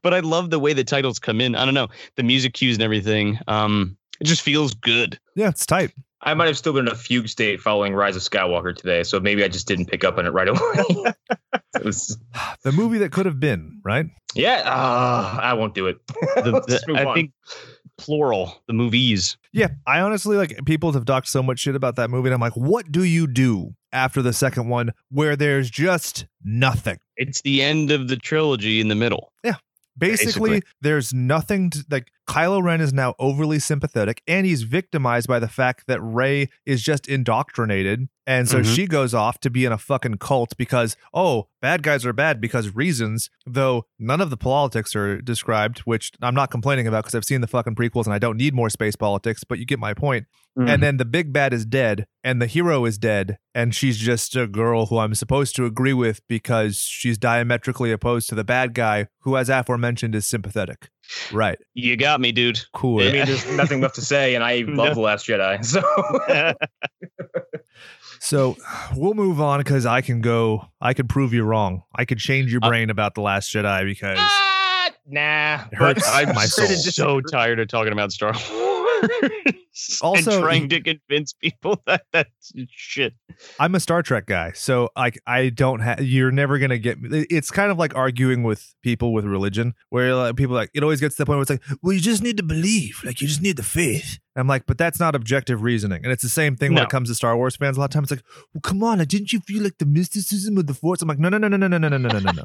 but I love the way the titles come in. I don't know the music cues and everything. Um, it just feels good.
yeah it's tight
I might have still been in a fugue state following Rise of Skywalker today, so maybe I just didn't pick up on it right away. it was,
the movie that could have been right
yeah, uh, I won't do it.
The,
Let's
the-
move
I
on.
think plural the movies.
Yeah, I honestly like people have talked so much shit about that movie, and I'm like, what do you do after the second one where there's just nothing?
It's the end of the trilogy in the middle.
Basically,
Basically.
there's nothing to like. Kylo Ren is now overly sympathetic, and he's victimized by the fact that Rey is just indoctrinated, and so
Mhm.
she goes off to be in a fucking cult because oh, bad guys are bad because reasons. Though none of the politics are described, which I'm not complaining about because I've seen the fucking prequels and I don't need more space politics. But you get my point and then the big bad is dead and the hero is dead and she's just a girl who i'm supposed to agree with because she's diametrically opposed to the bad guy who as aforementioned is sympathetic right
You got me, dude.
cool
I mean, there's nothing left to say, and I love The Last Jedi, so
so we'll move on because i can go i could prove you wrong i could change your
Uh,
brain about the last jedi because
Ah, nah.
It hurts
I'm
my soul.
sure to
I'm
dis-
so tired of talking about Star Wars.
Also-
and trying to convince people that that's shit.
i'm a star trek guy so like i don't have you're never gonna get me it's kind of like arguing with people with religion where like, people are like it always gets to the point where it's like well you just need to believe like you just need the faith i'm like but that's not objective reasoning and it's the same thing when
No.
it comes to star wars fans a lot of times it's like well come on like, didn't you feel like the mysticism of the force i'm like no no no no no no no no no no no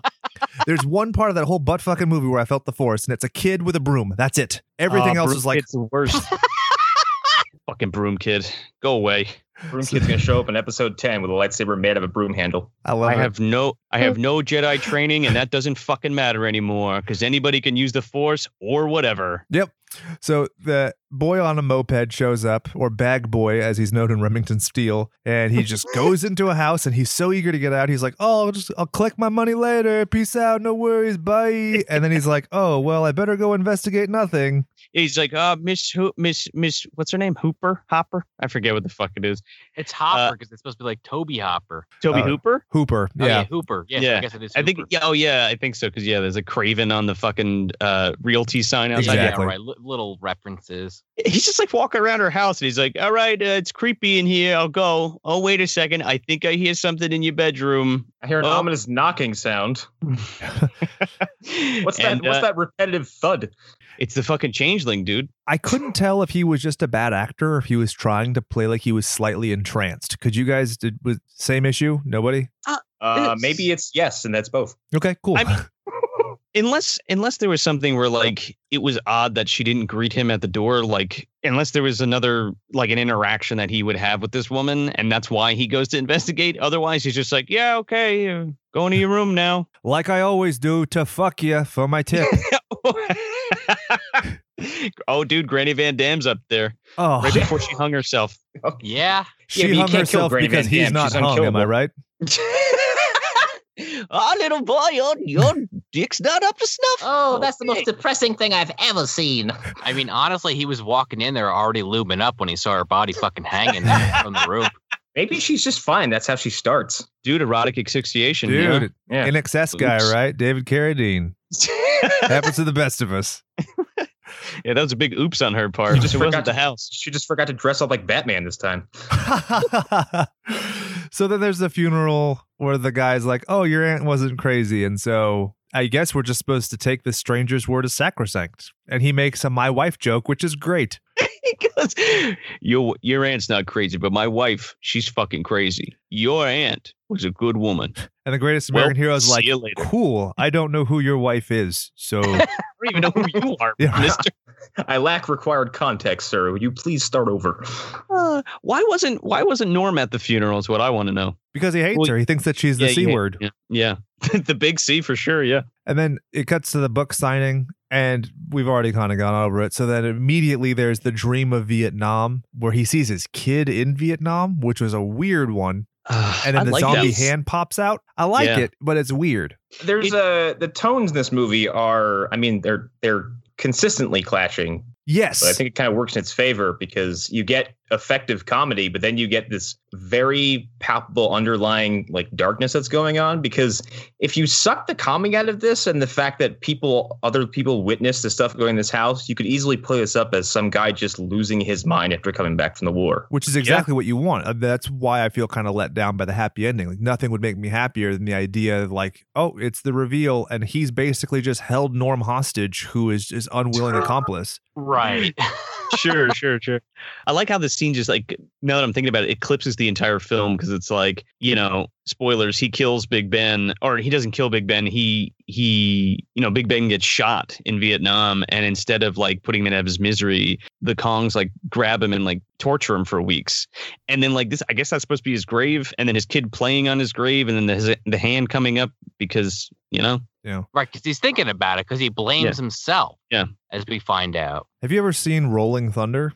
There's one part of that whole butt fucking movie where I felt the force, and it's a kid with a broom. That's it. Everything
Uh,
else
Broom
is like,
Kid's the worst. Fucking broom kid, go away.
Broom Kid's gonna show up in episode ten with a lightsaber made out of a broom handle.
I love
I
it.
have no, I have no Jedi training, and that doesn't fucking matter anymore because anybody can use the Force or whatever.
So the boy on a moped shows up, or bag boy as he's known in Remington Steel, and he just goes into a house and he's so eager to get out. He's like, "Oh, I'll just I'll collect my money later. Peace out, no worries, bye." And then he's like, "Oh, well, I better go investigate nothing."
He's like, uh, Miss, Ho- Miss, Miss, what's her name? Hooper, Hopper? I forget what the fuck it is.
It's Hopper because it's supposed to be like Toby Hopper.
Toby
Uh,
Hooper.
Hooper,
Oh,
yeah.
Hooper. Yes,
Yeah.
I guess it is.
I think.
Hooper.
Yeah. Oh, yeah. I think so. Because yeah, there's a Craven on the fucking uh, realty sign outside.
Yeah,
Exactly.
right. li- little references.
He's just like walking around her house, and he's like, "All right, uh, it's creepy in here. I'll go. Oh, wait a second. I think I hear something in your bedroom."
I hear an
Oh.
ominous knocking sound. What's that?
And,
what's
uh,
that repetitive thud?
It's the fucking changeling, dude.
I couldn't tell if he was just a bad actor or if he was trying to play like he was slightly entranced. Could you guys did was same issue? Nobody.
Uh,
It's-
maybe it's yes, and that's both.
Okay, cool.
I mean, unless unless there was something where like it was odd that she didn't greet him at the door like unless there was another like an interaction that he would have with this woman and that's why he goes to investigate otherwise he's just like yeah okay uh, going to your room now
like I always do to fuck you for my tip.
oh dude granny van dam's up there
Oh,
right before she hung herself
Yeah.
but
she
you
hung
can't kill
herself
Granny
because
Van
he's
Dam.
not
She's
hung. Am I
unkillable.
right?
Ah, little boy, your, your dick's not up to snuff.
Oh, that's the
Okay.
most depressing thing I've ever seen.
I mean, honestly, he was walking in there already lubing up when he saw her body fucking hanging there from the roof.
Maybe she's just fine. That's how she starts.
Dude, erotic asphyxiation. you know?
Dude,
Yeah.
in excess guy,
Oops.
right? David Carradine. Happens to the best of us.
Yeah, that was a big oops on her part.
You just
it wasn't
forgot
the
to-
house.
She just forgot to dress up like Batman this time.
so then there's the funeral where the guy's like, "Oh, your aunt wasn't crazy," and so I guess we're just supposed to take this stranger's word as sacrosanct. And he makes a "my wife" joke, which is great.
He goes, your your aunt's not crazy, but my wife, she's fucking crazy. Your aunt was a good woman.
And the greatest
Well,
American hero is
see
like,
you later.
"Cool, I don't know who your wife is, so
I don't even know who you are,
Yeah.
Mister.
I lack required context, sir. Will you please start over?
Uh, why wasn't Why wasn't Norm at the funeral? Is what I want to know.
because he hates
Well,
her, he thinks that she's the
yeah,
c
you-
word."
Yeah, yeah. the big C for sure. Yeah,
And then it cuts to the book signing, and we've already kind of gone over it. So then immediately there's the dream of Vietnam, where he sees his kid in Vietnam, which was a weird one. And
I
then the
like
zombie
that.
hand pops out. I like
Yeah.
it, but it's weird.
There's uh the tones in this movie are. I mean, they're they're consistently clashing,
Yes.
but I think it kind of works in its favor because you get effective comedy, but then you get this very palpable underlying like darkness that's going on. Because if you suck the comedy out of this and the fact that people, other people witness the stuff going in this house, you could easily play this up as some guy just losing his mind after coming back from the war.
which is exactly what you want. Uh, That's why I feel kind of let down by the happy ending. Like nothing would make me happier than the idea of like, oh, it's the reveal, and he's basically just held Norm hostage, who is his unwilling accomplice.
Right.
sure, sure, sure. I like how this scene just like now that I'm thinking about it, it eclipses the entire film because it's like you know spoilers. He kills Big Ben, or he doesn't kill Big Ben. He he you know Big Ben gets shot in Vietnam, and instead of like putting him out of his misery, the Kongs like grab him and like torture him for weeks, and then like this. I guess that's supposed to be his grave, and then his kid playing on his grave, and then the, his, the hand coming up because you know
Right. Because he's thinking about it because he blames himself.
Yeah.
As we find out.
Have you ever seen Rolling Thunder?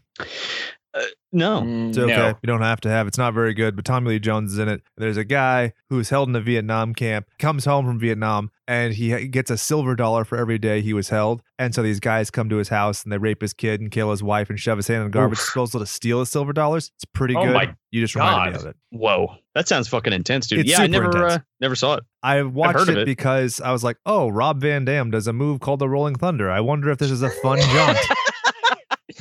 no.
It's okay.
No.
You don't have to have. It's not very good, but Tommy Lee Jones is in it. There's a guy who is held in a Vietnam camp, comes home from Vietnam, and he ha- gets a silver dollar for every day he was held. And so these guys come to his house and they rape his kid and kill his wife and shove his hand in a garbage disposal to steal his silver dollars. It's pretty
Oh
good.
my
you just reminded me
God.
of it.
Whoa, that sounds fucking intense, dude.
It's
yeah, I
super
never uh,
intense.
never saw it.
I watched
heard
it,
of it.
because I was like, oh, Rob Van Dam does a move called the Rolling Thunder. I wonder if this is a fun jaunt.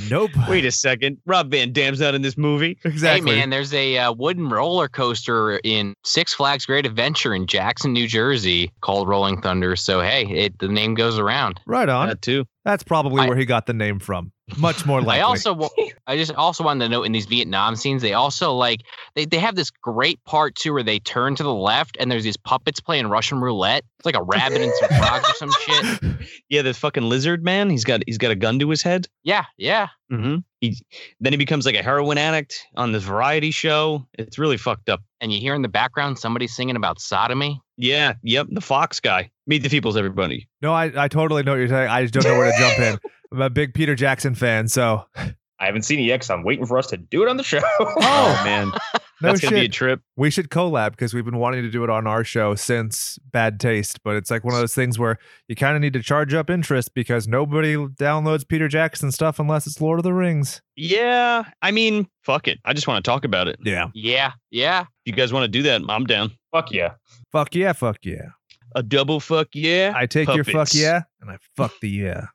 nope.
Wait a second. Rob Van Dam's not in this movie.
Exactly.
Hey man, there's a uh, wooden roller coaster in Six Flags Great Adventure in Jackson, New Jersey, called Rolling Thunder. So hey, it the name goes around.
Right on.
That too.
That's probably
I-
where he got the name from. Much more likely.
I also wa- I just also wanted to note in these Vietnam scenes, they also like they, they have this great part too where they turn to the left and there's these puppets playing Russian roulette. It's like a rabbit and some frogs or some shit.
Yeah, this fucking lizard man. He's got he's got a gun to his head.
Yeah, yeah.
Mm-hmm. He then he becomes like a heroin addict on this variety show. It's really fucked up.
And you hear in the background somebody singing about sodomy.
Yeah. Yep. The Fox guy. Meet the Peoples, everybody.
no, I, I totally know what you're saying. I just don't know where to jump in. I'm a big Peter Jackson fan, so
I haven't seen it yet 'cause I'm waiting for us to do it on the show.
Oh man,
no
that's gonna be a
shit.
trip.
we should collab because we've been wanting to do it on our show since Bad Taste, but it's like one of those things where you kind of need to charge up interest because nobody downloads Peter Jackson stuff unless it's Lord of the Rings.
Yeah. I mean, fuck it. I just want to talk about it. If
Yeah.
Yeah, yeah.
you guys want to do that, I'm down.
Fuck yeah.
Fuck yeah, fuck yeah.
A double fuck yeah.
I take your fuck
Puppets.
yeah and I fuck the yeah.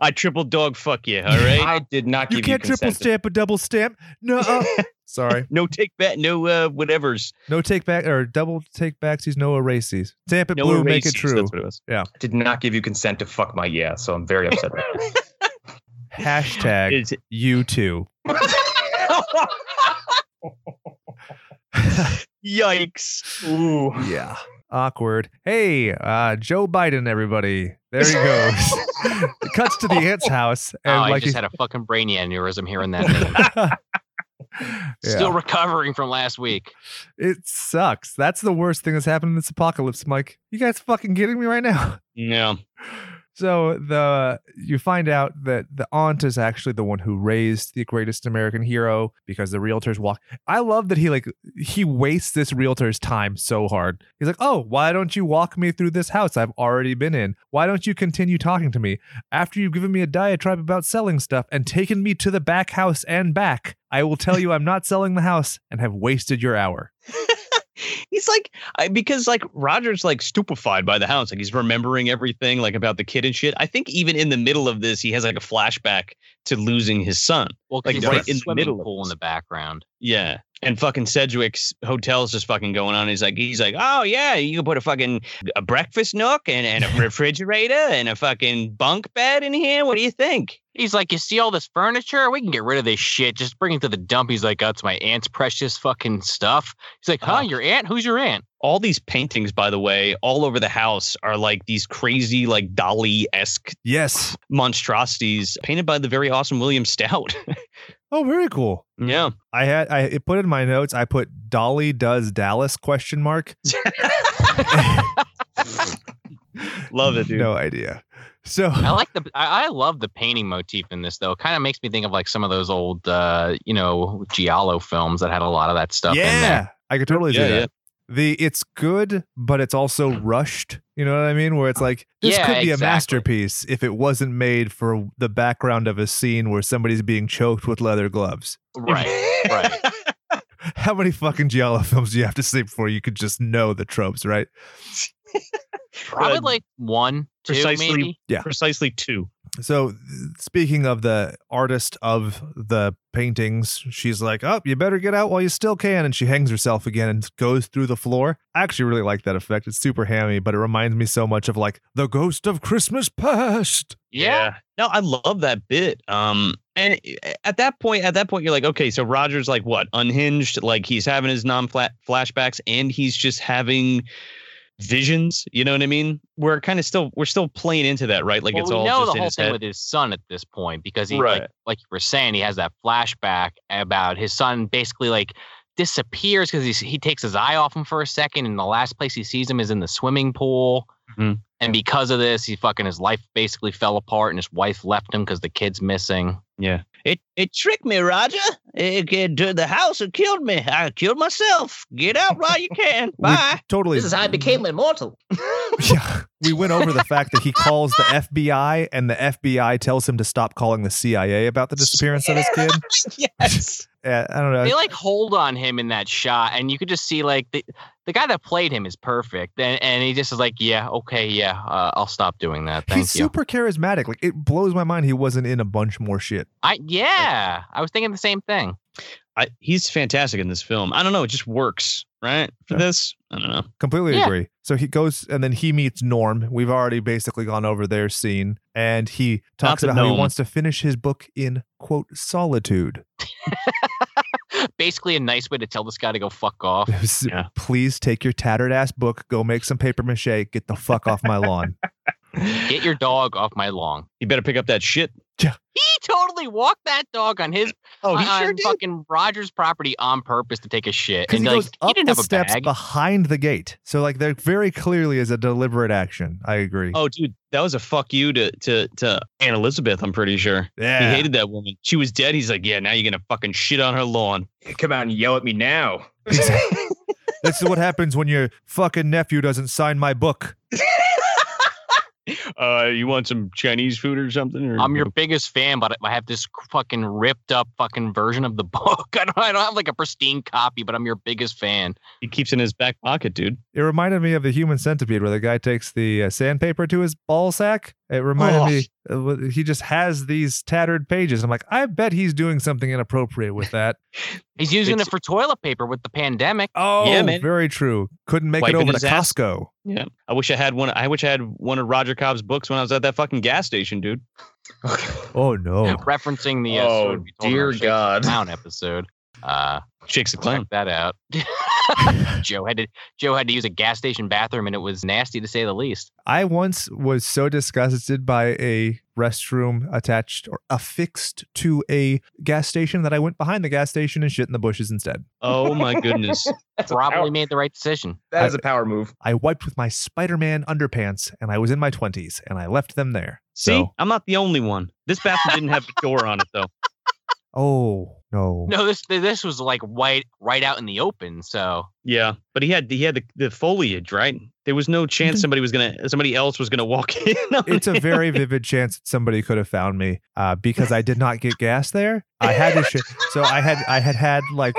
I triple dog fuck yeah. All right.
I did not
You
give
can't
you
triple
consent.
stamp a double stamp. No. Sorry.
No take back. No uh, whatever's.
No take back or double take backsies, no erases. Stamp it
No
blue, make it
erases,
true.
That's what it was.
I did not give you consent to fuck my yeah, so I'm very upset right now.
Hashtag
It's-
you too.
yikes.
Ooh.
Yeah. Awkward. Hey, uh, Joe Biden, everybody. There he goes. It Cuts to the aunt's house.
Oh,
And
I
like
just had a fucking brain aneurysm hearing that name.
Yeah.
Still recovering from last week.
it sucks. That's the worst thing that's happened in this apocalypse. I'm like, you guys fucking kidding me right now?
No.
So the you find out that the aunt is actually the one who raised the greatest American hero because the realtors walk. I love that he like he wastes this realtor's time so hard. He's like, "Oh, why don't you walk me through this house I've already been in? Why don't you continue talking to me after you've given me a diatribe about selling stuff and taken me to the back house and back? I will tell you I'm not selling the house and have wasted your hour."
he's like I, because like Roger's like stupefied by the house, like he's remembering everything like about the kid and shit. I think even in the middle of this, he has like a flashback to losing his son.
Well, 'cause
Like,
he's
right
got a
in the
swimming
middle of
pool in
this.
the background.
Yeah. And fucking Sedgwick's hotel's just fucking going on. He's like, he's like, oh yeah, you can put a fucking a breakfast nook and, and a refrigerator and a fucking bunk bed in here. What do you think?
He's like, you see all this furniture? We can get rid of this shit. Just bring it to the dump. He's like, that's my aunt's precious fucking stuff. He's like,
Ah.
huh,
Oh.
your aunt? Who's your aunt?
All these paintings, by the way, all over the house are like these crazy, like Dali esque
Yes.
monstrosities painted by the very awesome William Stout.
Oh, very cool.
yeah.
I had I it put in my notes. I put Dolly does Dallas question mark.
Love it, dude.
No idea. So
I like the, I, I love the painting motif in this though. It kind of makes me think of like some of those old, uh, you know, Giallo films that had a lot of that stuff in there.
yeah, I could totally
Yeah,
do that.
yeah.
The it's good, but it's also rushed. You know what I mean? Where it's like this
Yeah,
could be a
exactly.
masterpiece if it wasn't made for the background of a scene where somebody's being choked with leather gloves.
Right. right.
How many fucking giallo films do you have to see before you could just know the tropes, right?
Probably like one, two,
Precisely.
maybe.
Precisely two.
So, th- speaking of the artist of the paintings, she's like, "Oh, you better get out while you still can," and she hangs herself again and goes through the floor. I actually really like that effect. It's super hammy, but it reminds me so much of like the ghost of Christmas past.
Yeah.
No, I love that bit. Um, and at that point, at that point, you're like, okay, so Roger's like what unhinged? Like he's having his non flashbacks, and he's just having visions. You know what I mean? We're kind of still we're still playing into that, right? Like
well,
it's
we
all
know
just
the
in
whole
his
thing
head.
with his son at this point because he,
Right.
like, like you were saying, he has that flashback about his son basically like disappears because he he takes his eye off him for a second, and the last place he sees him is in the swimming pool.
Mhm.
And because of this, he fucking his life basically fell apart, and his wife left him because the kid's missing.
yeah. It it tricked me, Roger. It, it the house it killed me. I killed myself. Get out while you can.
We- totally.
This is how I became immortal.
yeah, we went over the fact that he calls the FBI, and the FBI tells him to stop calling the CIA about the disappearance of his kid.
yes.
Uh, I don't know.
They like hold on him in that shot, and you could just see like the the guy that played him is perfect, and and he just is like, yeah, okay, yeah, uh, I'll stop doing that. Thank
He's
you.
super charismatic. Like it blows my mind he wasn't in a bunch more shit.
I yeah, I was thinking the same thing.
I, he's fantastic in this film. I don't know. It just works, right? For
Yeah.
this, I don't know.
Completely
Yeah.
agree. So he goes and then he meets Norm. We've already basically gone over their scene and he talks
the
about how he
gnome.
wants to finish his book in quote solitude.
Basically, a nice way to tell this guy to go fuck off.
It was,
Yeah.
Please take your tattered ass book, go make some paper mache, get the fuck off my lawn.
Get your dog off my lawn.
You better pick up that shit.
He totally walked that dog on his
Oh,
on fucking Rogers' property on purpose to take a shit.
Because
And
he
like
goes
he
up
didn't
the
have a
steps
bag.
behind the gate. So like there very clearly is a deliberate action. I agree.
Oh, dude, that was a fuck you to to to Anne Elizabeth. I'm pretty sure
yeah.
he hated that woman. She was dead. He's like, yeah, now you're gonna fucking shit on her lawn.
Come out and yell at me now.
This is what happens when your fucking nephew doesn't sign my book.
Uh, you want some Chinese food or something? Or
I'm your biggest fan, but I have this fucking ripped up fucking version of the book. I don't, I don't have like a pristine copy, but I'm your biggest fan.
He keeps in his back pocket, dude.
It reminded me of the human centipede where the guy takes the uh, sandpaper to his ball sack. It reminded
Oh.
me, uh, wh- he just has these tattered pages. I'm like, I bet he's doing something inappropriate with that.
He's using
It's-
it for toilet paper with the pandemic.
Oh,
man.
very true. Couldn't make
Wiping
it over
his
to
ass.
Costco.
Yeah, I wish I had one. I wish I had one of Roger Cobb's books when I was at that fucking gas station, dude.
Oh, no.
Referencing the uh,
oh
Sword We Told Our
dear
Shakes
God!
Clown episode. Uh,
Shakes a
check
clown.
that out. Joe had to Joe had to use a gas station bathroom, and it was nasty to say the least.
I once was so disgusted by a restroom attached or affixed to a gas station that I went behind the gas station and shit in the bushes instead.
Oh my goodness.
That's a
Probably
power,
made the right decision.
that is a power move.
I wiped with my Spider Man underpants and I was in my 20s and I left them there.
See,
So-
I'm not the only one. This bathroom didn't have a door on it though.
oh, no.
No, this this was like white right out in the open. So
Yeah, but he had he had the, the foliage, right? There was no chance somebody was gonna somebody else was gonna walk in. on
It's a
him.
very vivid chance that somebody could have found me uh, because I did not get gas there. I had to, sh- so I had I had had like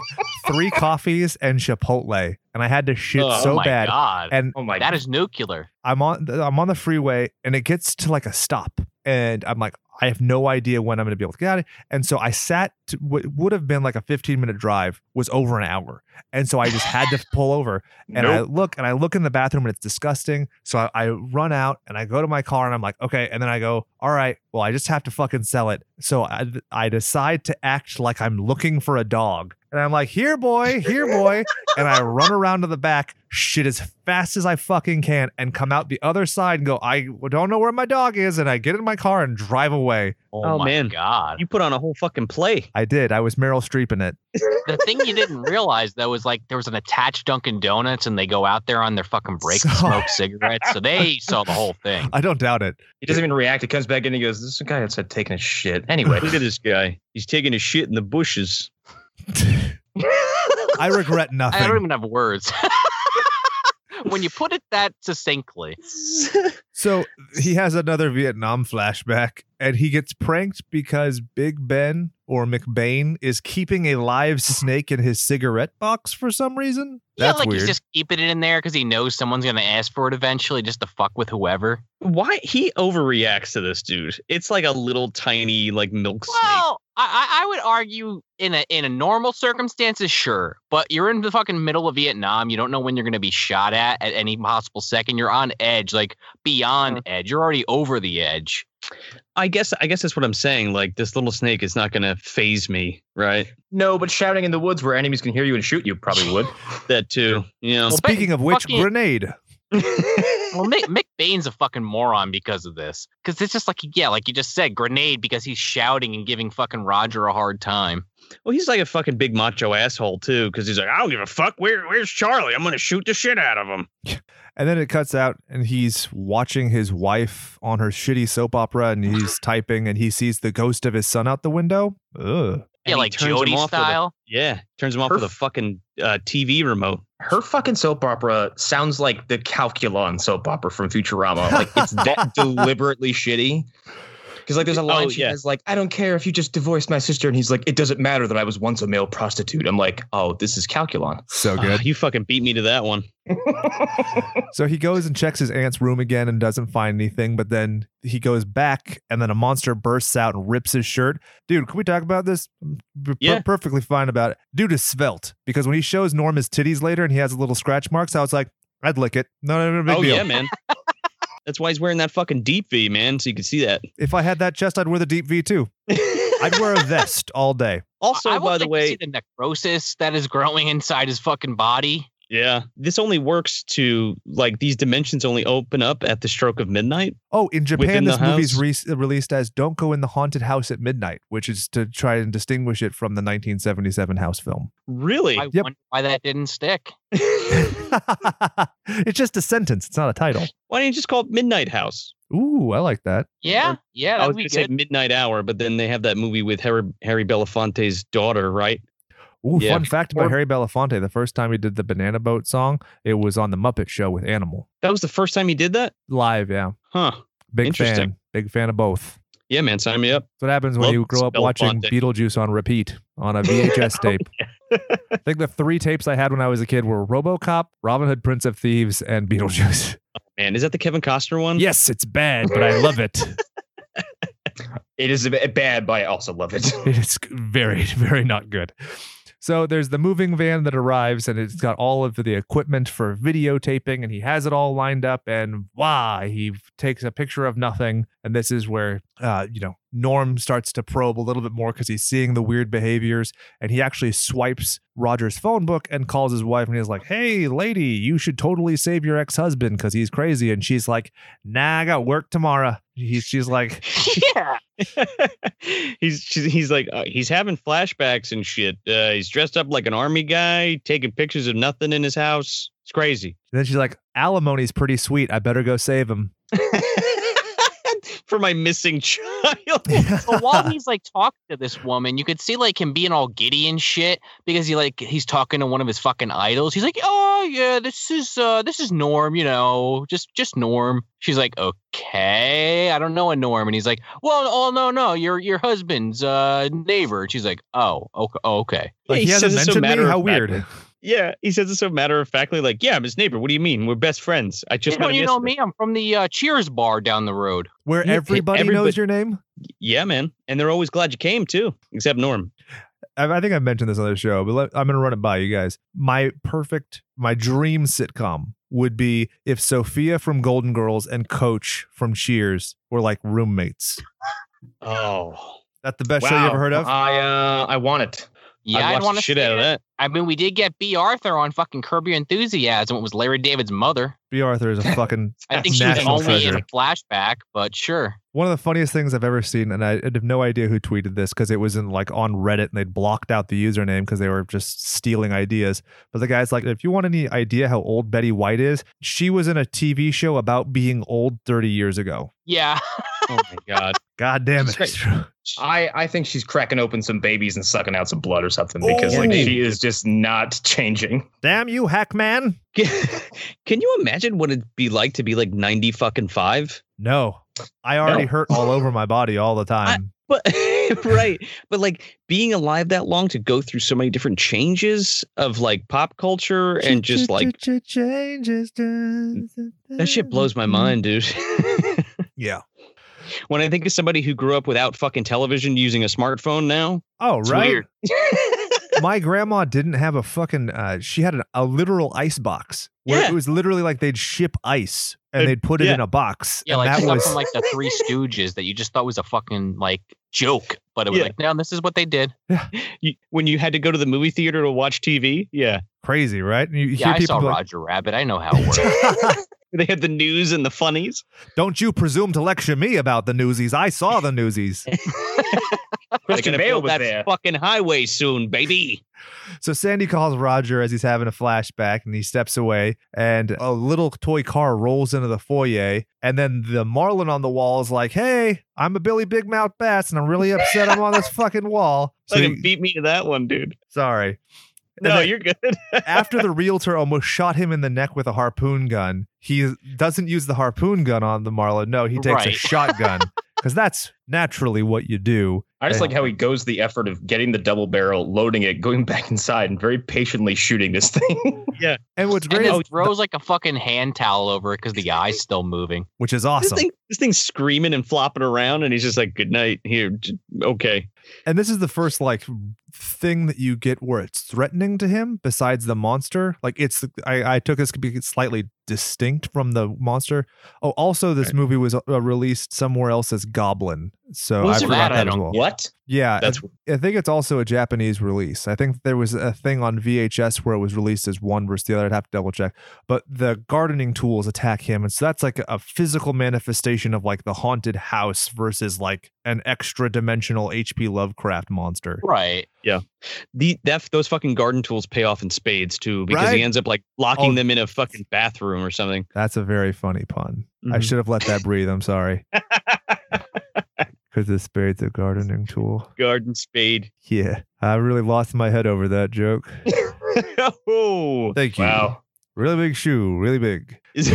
three coffees and Chipotle, and I had to shit
Oh,
so
oh my
bad.
god,
And
Oh my!
that is nuclear.
I'm on the- I'm on the freeway and it gets to like a stop and I'm like I have no idea when I'm going to be able to get out. Of it. And so I sat to, what would have been like a 15 minute drive was over an hour. And so I just had to pull over and I
nope.
look and I look in the bathroom and it's disgusting. So I, I run out and I go to my car and I'm like, okay. And then I go, all right, well, I just have to fucking sell it. So I, I decide to act like I'm looking for a dog. And I'm like, here, boy, here, boy. and I run around to the back, shit as fast as I fucking can, and come out the other side and go, I don't know where my dog is. And I get in my car and drive away.
Oh,
Oh,
my
man.
god.
you put on a whole fucking play.
I did. I was Meryl Streep in it.
the thing you didn't realize though is like there was an attached Dunkin' Donuts, and they go out there on their fucking break to
So-
smoke cigarettes, so they saw the whole thing.
I don't doubt it.
He doesn't even react. He comes back in. and He goes, "This is a guy that said taking a shit." Anyway,
Look at this guy. He's taking a shit in the bushes.
I regret nothing.
I don't even have words. when you put it that succinctly,
So he has another Vietnam flashback, and he gets pranked because Big Ben or McBain is keeping a live snake in his cigarette box for some reason.
yeah,
That's
like
weird.
he's just keeping it in there because he knows someone's gonna ask for it eventually, just to fuck with whoever.
Why he overreacts to this dude? It's like a little tiny like milk snake.
Well, I, I I would argue in a in a normal circumstances, sure, but you're in the fucking middle of Vietnam. You don't know when you're gonna be shot at at any possible second. You're on edge, like beyond edge. You're already over the edge.
I guess I guess that's what I'm saying. Like this little snake is not gonna phase me, right?
no, but shouting in the woods where enemies can hear you and shoot you probably would.
That too. You know.
Well,
Speaking of which,
fucking-
grenade.
Well, Mick, Mick Bain's a fucking moron because of this. Because it's just like, yeah, like you just said, grenade because he's shouting and giving fucking Roger a hard time.
Well, he's like a fucking big macho asshole too, because he's like, I don't give a fuck. Where where's Charlie? I'm gonna shoot the shit out of him.
And then it cuts out, and he's watching his wife on her shitty soap opera, and he's typing, and he sees the ghost of his son out the window. Ugh.
Yeah,
And he
like
turns him
Jody
off with a-
style.
Yeah, turns him off with a fucking uh, TV remote.
Her fucking soap opera sounds like the Calculon soap opera from Futurama. Like it's that deliberately shitty. Because like there's a line
Oh,
she
yeah.
has like, I don't care if you just divorced my sister, and he's like, It doesn't matter that I was once a male prostitute. I'm like, Oh, this is Calculon.
So
Ah, you fucking beat me to that one.
So he goes and checks his aunt's room again and doesn't find anything, but then he goes back and then a monster bursts out and rips his shirt. Dude, can we talk about this? I'm per-
Yeah.
perfectly fine about it. Dude is svelte because when he shows Norm his titties later and he has little scratch marks, I was like, I'd lick it. No, no, no, big
oh
deal.
yeah, man. That's why he's wearing that fucking deep V, man, so you can see that.
If I had that chest, I'd wear the deep V too. I'd wear a vest all day.
Also,
I- I would
by the
like to
way,
see the necrosis that is growing inside his fucking body.
yeah, this only works to like these dimensions only open up at the stroke of midnight.
Oh, in Japan,
Within
this
the
movie's
house?
re- released as Don't Go in the Haunted House at Midnight, which is to try and distinguish it from the 1977 house film.
Really?
I
Yep.
wonder why that didn't stick.
it's just a sentence, it's not a title.
Why didn't you just call it Midnight House?
Ooh, I like that.
Yeah, yeah,
I was
that'd be
gonna
good.
say Midnight Hour, but then they have that movie with Harry, Harry Belafonte's daughter, right?
Ooh,
Yeah.
fun fact about
Or-
Harry Belafonte: the first time he did the Banana Boat song, it was on the Muppet Show with Animal
That was the first time he did that?
live. Yeah,
Huh.
big
Interesting.
fan, big fan of both.
Yeah, man, sign me up.
That's what happens when
Love
you grow up watching
Belafonte.
Beetlejuice on repeat on a VHS tape. I think the three tapes I had when I was a kid were RoboCop, Robin Hood, Prince of Thieves, and Beetlejuice.
Man, is that the Kevin Costner one?
Yes, it's bad, but I love it.
It is a bit bad, but I also love it.
It's very, very not good. So there's the moving van that arrives, and it's got all of the equipment for videotaping, and he has it all lined up. And wow, he takes a picture of nothing. And this is where, uh, you know, Norm starts to probe a little bit more because he's seeing the weird behaviors. And he actually swipes Roger's phone book and calls his wife, and he's like, "Hey, lady, you should totally save your ex-husband because he's crazy." And she's like, "Nah, I got work tomorrow." He's, she's like,
yeah,
he's she's, he's like uh, he's having flashbacks and shit. Uh, he's dressed up like an army guy, taking pictures of nothing in his house. It's crazy.
then she's like, "Alimony's pretty sweet. I better go save him."
For my missing child.
but while he's like talking to this woman, you could see like him being all giddy and shit because he like he's talking to one of his fucking idols. He's like, "Oh yeah, this is uh this is Norm, you know, just just Norm." She's like, "Okay, I don't know a Norm," and he's like, "Well, oh no, no, your your husband's uh neighbor." And she's like, "Oh, okay, okay."
Like he, hasn't
says it so
mentioned me. How
matter-of-factly.
weird.
Yeah, he says it so matter of factly. Like, yeah, I'm his neighbor. What do you mean? We're best friends. I just
you know,
met him
you know
yesterday."
me. I'm from the uh, Cheers bar down the road.
Where
Yeah,
everybody, knows
everybody-
your name.
Yeah, man. And they're always glad you came too, except Norm.
I, I think I mentioned this on the show, but let, I'm going to run it by you guys. My perfect, my dream sitcom would be if Sophia from Golden Girls and Coach from Cheers were like roommates.
Oh,
That the best show you ever heard of?
I uh, I want it.
Yeah,
I
I'd
watched
want
the
to
shit out of that.
I mean, we did get B. Arthur on fucking Curb Your Enthusiasm. It was Larry David's mother.
B. Arthur is a fucking
I think
That's
she was
national
only in
treasure.
a flashback, but sure.
one of the funniest things I've ever seen, and I I have no idea who tweeted this because it was in like on Reddit and they'd blocked out the username because they were just stealing ideas. But the guy's like, if you want any idea how old Betty White is, she was in a TV show about being old 30 years ago.
Yeah.
Oh my god.
God damn
That's
it.
I I think she's cracking open some babies and sucking out some blood or something because
Oh.
like she is just not changing.
damn you, hack man.
Can you imagine what it'd be like to be like 90 fucking five?
No, I already
No.
hurt all over my body all the time.
But right. But like being alive that long to go through so many different changes of like pop culture and just like
changes.
that
That
shit blows my
Mm-hmm.
mind, dude.
Yeah.
when I think of somebody who grew up without fucking television using a smartphone now,
Oh,
It's
right.
weird.
my grandma didn't have a fucking uh, she had an, a literal ice box where
Yeah.
it was literally like they'd ship ice and
And-
they'd put it
yeah.
in a box
Yeah,
and
like
that
stuff
was
from like the Three Stooges that you just thought was a fucking like joke, but it was
Yeah.
like, no, this is what they did.
you, when you had to go to the movie theater to watch TV, yeah,
crazy right And you, you
Yeah,
hear
I saw
people be like,
Roger Rabbit. I know how it works.
they had the news and the funnies.
don't you presume to lecture me about the newsies i saw the newsies
Christian
They're gonna
Bale
build
was
that
there.
fucking highway soon, baby.
so sandy calls roger as he's having a flashback and he steps away and a little toy car rolls into the foyer and then the marlin on the wall is like hey i'm a billy big mouth bass and i'm really upset i'm on this fucking wall so
Fucking
he-
beat me to that one, dude.
sorry And
No,
then-
you're good.
after the realtor almost shot him in the neck with a harpoon gun, he doesn't use the harpoon gun on the Marlin. No, he takes a
Right.
shotgun because that's naturally what you do.
I just like how he goes the effort of getting the double barrel, loading it, going back inside, and very patiently shooting this thing.
And what's
And
great,
then
is,
throws like a fucking hand towel over it because the eye's still moving.
which is
This
awesome,
thing, this thing's screaming and flopping around, and he's just like, "Good night, here, j- okay."
and this is the first like thing that you get where it's threatening to him besides the monster like it's i, I took this to be slightly distinct from the monster oh also this movie was uh, released somewhere else as goblin so
Well,
i
so
forgot
that I
that as
don't
well
Um, what?
yeah
That's
I, I think it's also a japanese release i think there was a thing on vhs where it was released as one versus the other i'd have to double check but the gardening tools attack him and so that's like a physical manifestation of like the haunted house versus like an extra dimensional hp lovecraft monster
Right.
the that those fucking garden tools pay off in spades too, because
Right?
he ends up like locking
Oh.
them in a fucking bathroom or something.
That's a very funny pun. I
Mhm.
should have let that breathe. I'm sorry. Because the spade's a gardening tool.
Garden spade.
Yeah, I really lost my head over that joke.
oh,
Thank you.
Wow.
Really big shoe, really big.
Is-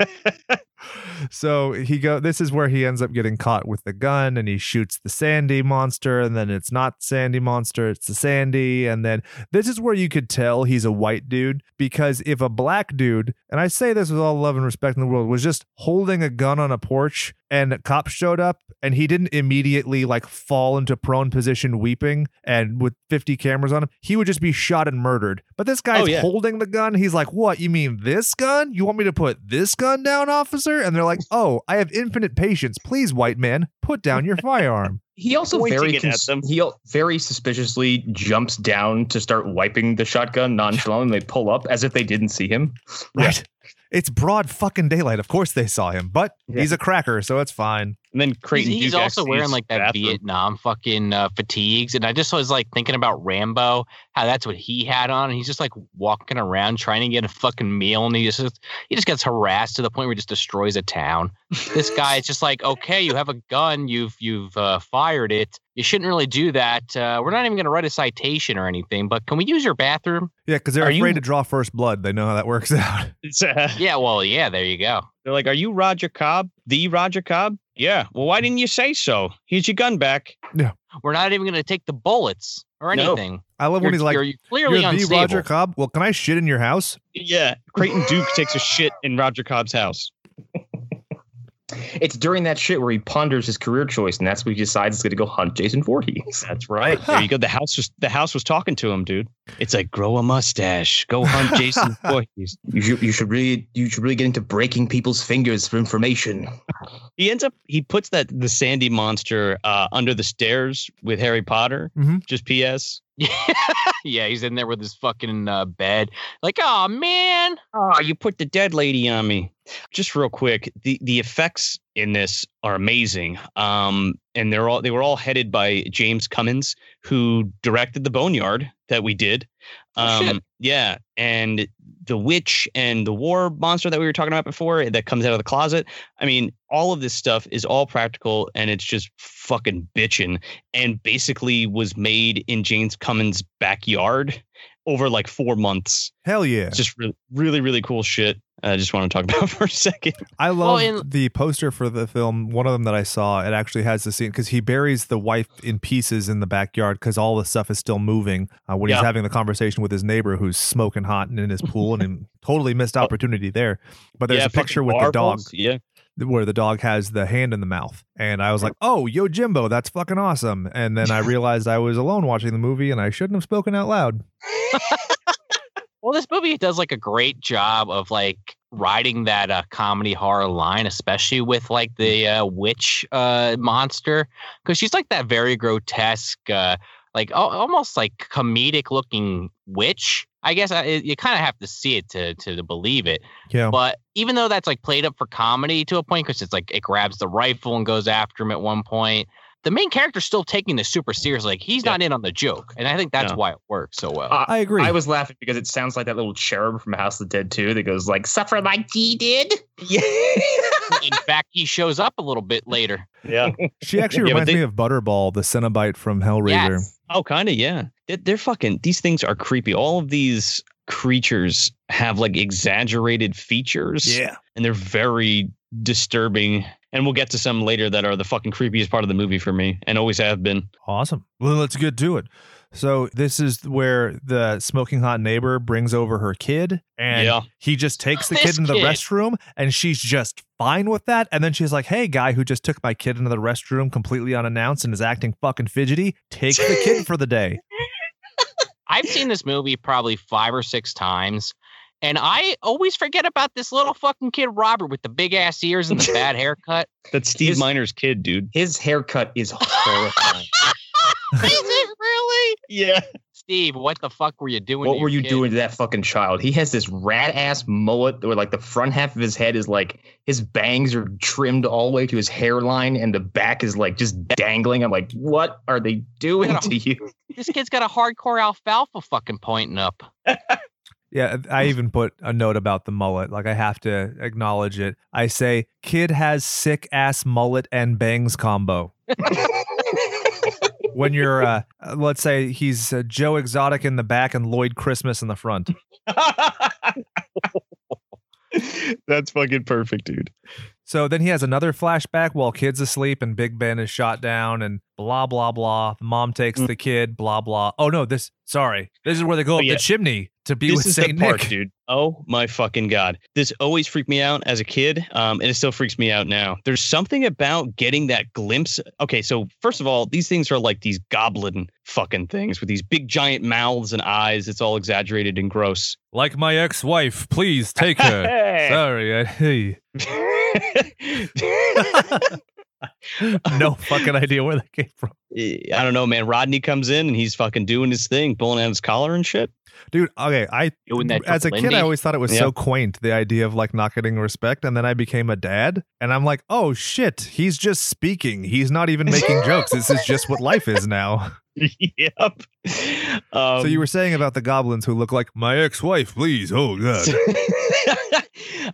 So he go. This is where he ends up getting caught with the gun, and he shoots the Sandy monster, and then it's not Sandy monster, it's the Sandy, and then this is where you could tell he's a white dude because if a black dude, and I say this with all love and respect in the world, was just holding a gun on a porch and cops showed up and he didn't immediately like fall into prone position weeping and with 50 cameras on him, he would just be shot and murdered. But this guy's
Oh, yeah.
holding the gun. He's like, What? You mean this gun? You want me to put this gun down, officer? And they're like, Oh, I have infinite patience. Please, white man, put down your firearm.
He also
Pointing
very
it at them.
he al- very suspiciously jumps down to start wiping the shotgun nonchalantly. They pull up as if they didn't see him.
Right. It's broad fucking daylight. Of course they saw him, but
Yeah.
he's a cracker, so it's fine.
and then
He's,
Creighton.
he's
Duke
also
actually
wearing
is
like that
bathroom.
Vietnam fucking uh, fatigues, and I just was like thinking about Rambo, how that's what he had on, and he's just like walking around trying to get a fucking meal, and he just he just gets harassed to the point where he just destroys a town. This guy is just like, okay, you have a gun, you've you've uh, fired it. You shouldn't really do that. Uh, we're not even going to write a citation or anything, but can we use your bathroom?
Yeah, because they're
Are
afraid
you-
to draw first blood. They know how that works out.
It's, uh,
Yeah, well, yeah, there you go.
They're like, "Are you Roger Cobb? The Roger Cobb?" Yeah. Well, why didn't you say so? Here's your gun back.
We're not even going to take the bullets or
No.
anything.
I love
You're,
when he's like,
you're,
"You're
clearly
the
unstable.
Roger Cobb." Well, can I shit in your house?
Yeah. Creighton Duke takes a shit in Roger Cobb's house.
It's during that shit where he ponders his career choice, and that's when he decides he's going to go hunt Jason Voorhees.
That's right. There you go. The house was the house was talking to him, dude. It's like grow a mustache, go hunt Jason Voorhees.
You should you should really you should really get into breaking people's fingers for information.
He ends up he puts that the Sandy monster uh, under the stairs with Harry Potter.
Mhm.
Just P.S.
yeah, he's in there with his fucking uh, bed. Like, oh man.
Oh, you put the dead lady on me. Just real quick, the the effects in this are amazing. Um, and they're all they were all headed by James Cummins, who directed the Boneyard that we did.
Oh, shit.
Um, yeah, and the witch and the war monster that we were talking about before that comes out of the closet. I mean, all of this stuff is all practical and it's just fucking bitching and basically was made in James Cummins' backyard over like four months.
Hell yeah!
It's just really, really, really cool shit. I just want to talk about for a second.
I
Well,
love
in-
the poster for the film. One of them that I saw, it actually has the scene because he buries the wife in pieces in the backyard because all the stuff is still moving uh, when he's
Yeah.
having the conversation with his neighbor who's smoking hot and in his pool and him, totally missed opportunity there. But there's
Oh. Yeah,
a picture
fucking
with the dog.
marbles. Yeah,
where the dog has the hand in the mouth. And I was like, oh, yo, Jimbo, that's fucking awesome. And then I realized I was alone watching the movie and I shouldn't have spoken out loud.
Well, this movie does like a great job of like riding that uh, comedy horror line, especially with like the uh, witch uh, monster, because she's like that very grotesque, uh, like al almost like comedic looking witch. I guess I, you kind of have to see it to to believe it.
Oh.
Yeah.
But even though that's like played up for comedy to a point, because it's like it grabs the rifle and goes after him at one point, the main character's still taking this super seriously. Like he's
Yeah.
not in on the joke, and I think that's
No.
why it works so well.
Uh,
I agree.
I was laughing because it sounds like that little cherub from House of the Dead 2 that goes like
Suffer like he did.
Yeah.
in fact, he shows up a little bit later.
yeah.
she actually
Yeah, but
reminds
they-
me of Butterball, the Cenobite from Hellraiser.
Yes.
oh, kind of. Yeah, they're, they're fucking. These things are creepy. All of these creatures have like exaggerated features, and they're very disturbing. and we'll get to some later that are the fucking creepiest part of the movie for me and always have been.
Awesome. Well, let's get to it. So this is where the smoking hot neighbor brings over her kid, and
Yeah.
he just takes the
This
kid into the
kid.
restroom, and she's just fine with that. And then she's like, "Hey, guy who just took my kid into the restroom completely unannounced and is acting fucking fidgety, take the kid for the day."
I've seen this movie probably five or six times, and I always forget about this little fucking kid Robert with the big ass ears and the bad haircut.
That's Steve
His-
Miner's kid, dude.
His haircut is horrifying.
Is it really?
Yeah.
Steve, what the fuck were you doing? to
what
your
were you
kid?
doing to that fucking child? He has this rat ass mullet where like the front half of his head is like his bangs are trimmed all the way to his hairline and the back is like just dangling. I'm like, what are they doing to you?
This kid's got a hardcore alfalfa fucking pointing up.
Yeah, I even put a note about the mullet. Like I have to acknowledge it. I say, "Kid has sick ass mullet and bangs combo." when you're, uh, let's say, he's uh, Joe Exotic in the back and Lloyd Christmas in the front.
That's fucking perfect, dude.
So then he has another flashback while kid's asleep and Big Ben is shot down and blah blah blah. The mom takes the kid, blah blah. Oh no, this sorry. This is where they go
Mm. Oh,
up
yeah.
the chimney to be
this
with
is
Saint
the part,
Nick.
dude. Oh my fucking god! This always freaked me out as a kid, um, and it still freaks me out now. There's something about getting that glimpse. Okay, so first of all, these things are like these goblin fucking things with these big giant mouths and eyes. It's all exaggerated and gross.
Like my ex-wife, please take her. sorry, I, hey. no fucking idea where that came from.
I don't know, man. Rodney comes in and he's fucking doing his thing, pulling out his collar and shit.
Dude, okay, I
Doing that
as a
to
kid I
Lindy.
always thought it was so
Yeah.
quaint the idea of like not getting respect and then I became a dad and I'm like, "Oh shit, he's just speaking. He's not even making jokes. This is just what life is now."
yep.
so you were saying about the goblins who look like my ex-wife, please. Oh god.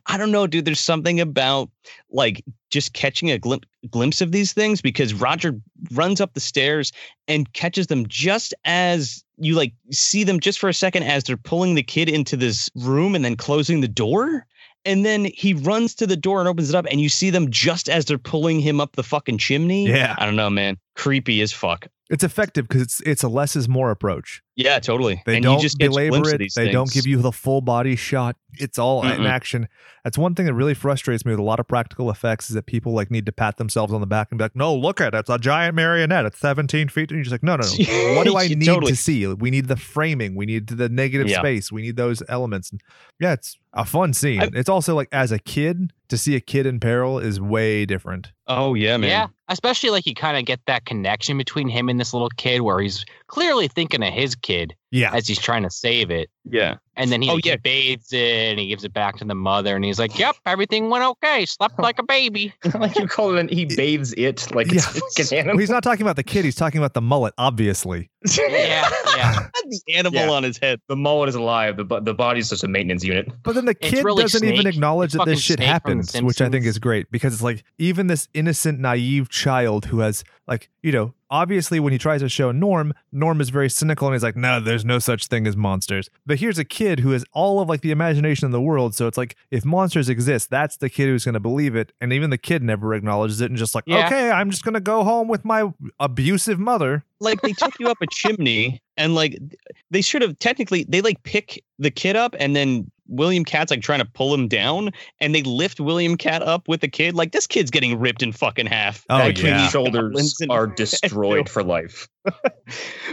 I don't know, dude. There's something about like just catching a glim- glimpse of these things because Roger runs up the stairs and catches them just as you like see them just for a second as they're pulling the kid into this room and then closing the door. And then he runs to the door and opens it up, and you see them just as they're pulling him up the fucking chimney.
Yeah.
I don't know, man. Creepy as fuck.
It's effective because it's it's a less is more approach.
Yeah, totally.
They
and
don't
you just catch
belabor
glimpses
it.
of these
They don't
things.
give you the full body shot. It's all in
Mm-mm.
action. That's one thing that really frustrates me with a lot of practical effects is that people like need to pat themselves on the back and be like, "No, look at it. It's a giant marionette. It's 17 feet." And you're just like, "No, no, no. What do I need
Totally.
to see? We need the framing. We need the negative
Yeah.
space. We need those elements." And yeah, it's a fun scene.
I-
it's also like as a kid to see a kid in peril is way different.
Oh yeah, man.
Yeah, especially like you kind of get that connection between him and this little kid where he's clearly thinking of his kid
Yeah.
as he's trying to save it.
Yeah.
And then he,
Oh,
like,
yeah.
he bathes it and he gives it back to the mother and he's like, Yep, everything went okay. Slept like a baby.
like you call it an he bathes it like it's
Yeah.
fucking
Well,
animal.
he's not talking about the kid. He's talking about the mullet, obviously.
Yeah, yeah.
the animal
Yeah.
on his head.
The mullet is alive. The bo- the body's just a maintenance unit.
But then the
It's
kid
really
doesn't even
Snake.
acknowledge
It's
that this
fucking
shit
Snake from The
happens, which I think
Simpsons.
is great because it's like even this innocent, naive child who has like you know obviously when he tries to show Norm, Norm is very cynical and he's like, no, there's no such thing as monsters. But here's a kid who has all of like the imagination in the world, so it's like if monsters exist, that's the kid who's going to believe it, and even the kid never acknowledges it and just like,
Yeah.
okay, I'm just going to go home with my abusive mother.
Like they took you up a chimney and like they should have technically they like pick the kid up and then William Cat's like trying to pull him down and they lift William Cat up with the kid. Like this kid's getting ripped in fucking half.
Oh,
that
yeah.
kid's shoulders
Goblins and-
are destroyed for life.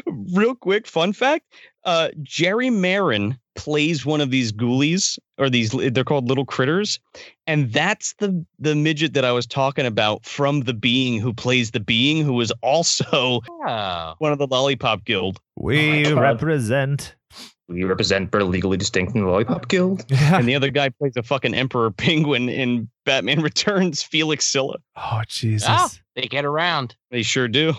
Real quick fun fact. Uh Jerry Marin plays one of these ghoulies or these they're called little critters and that's the the midget that I was talking about from the being who plays the being who is also
Oh.
one of the lollipop guild.
We
God.
represent.
We represent but are legally distinct in the Lollipop Guild.
and the other guy plays a fucking emperor penguin in Batman Returns, Felix Silla.
oh Jesus.
Ah. They get around.
They sure do.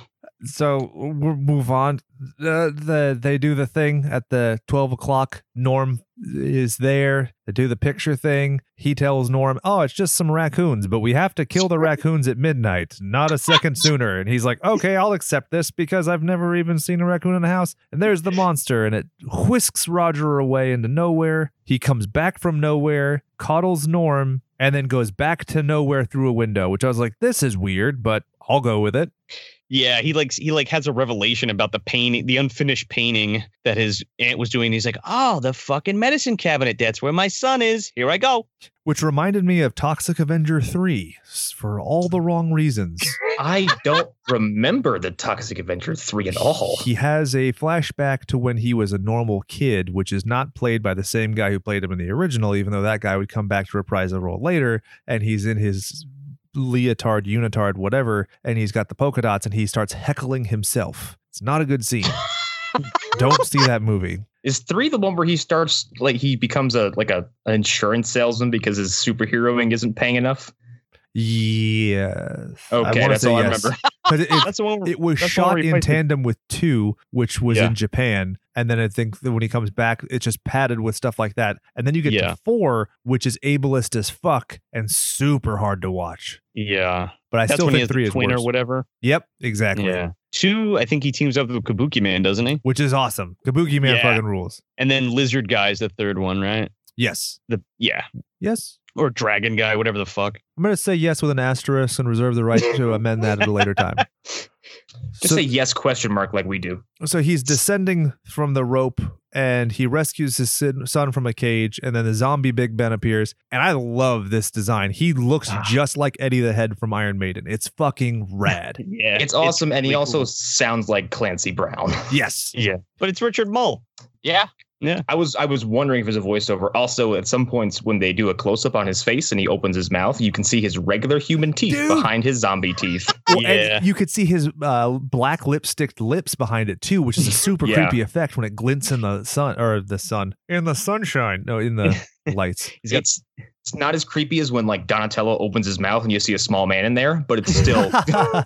so we'll move on. Uh, the they do the thing at the twelve o'clock. Norm is there. They do the picture thing. He tells Norm, "Oh, it's just some raccoons, but we have to kill the raccoons at midnight, not a second sooner." And he's like, "Okay, I'll accept this because I've never even seen a raccoon in a house." And there's the monster, and it whisks Roger away into nowhere. He comes back from nowhere, coddles Norm, and then goes back to nowhere through a window. Which I was like, "This is weird," but I'll go with it.
Yeah, he likes he like has a revelation about the painting, the unfinished painting that his aunt was doing. He's like, "Oh, the fucking medicine cabinet. That's where my son is. Here I go."
which reminded me of Toxic Avenger 3 s- for all the wrong reasons.
I don't remember the Toxic Adventure 3 at all.
He has a flashback to when he was a normal kid, which is not played by the same guy who played him in the original, even though that guy would come back to reprise the role later, and he's in his leotard, unitard, whatever, and he's got the polka dots, and he starts heckling himself. It's not a good scene. Don't see that movie.
Is 3 the one where he starts like he becomes a like a an insurance salesman because his superheroing isn't paying enough?
Yes.
Okay,
wanna
that's
say
all I
yes.
remember.
But it-
That's the one. where-
it was
That's all
shot in
replaced it.
tandem with two, which was
Yeah.
in Japan. And then I think that when he comes back, it's just padded with stuff like that. And then you get
Yeah.
to four, which is ableist as fuck and super hard to watch.
yeah,
But I
that's
still
when he
think
has
three
the
is
twin
worse.
or whatever.
Yep, exactly.
Yeah. Two, I think he teams up with Kabuki Man, doesn't he?
Which is awesome. Kabuki man
Yeah.
fucking rules.
And then Lizard Guy's the third one, right?
Yes.
The yeah,
Yes.
or Dragon Guy, whatever the fuck.
I'm gonna say yes with an asterisk and reserve the right to amend that at a later time.
Just say yes question mark like we do.
So he's descending from the rope and he rescues his sin- son from a cage. And then the zombie Big Ben appears. And I love this design. He looks just like Eddie the Head from Iron Maiden. It's fucking rad.
Yeah,
It's awesome and he
really
also
cool.
sounds like Clancy Brown.
yes.
yeah, but it's Richard Mull.
Yeah.
I was I was wondering if it was a voiceover. Also, at some points when they do a close up on his face and he opens his mouth, you can see his regular human teeth
Dude.
behind his zombie teeth.
Well, and
Yeah.
you could see his uh, black lipsticked lips behind it too, which is a super
Yeah.
creepy effect when it glints in the sun or the sun in the sunshine. No, in the lights.
He's got
it's it's not as creepy as when like Donatello opens his mouth and you see a small man in there, but it's still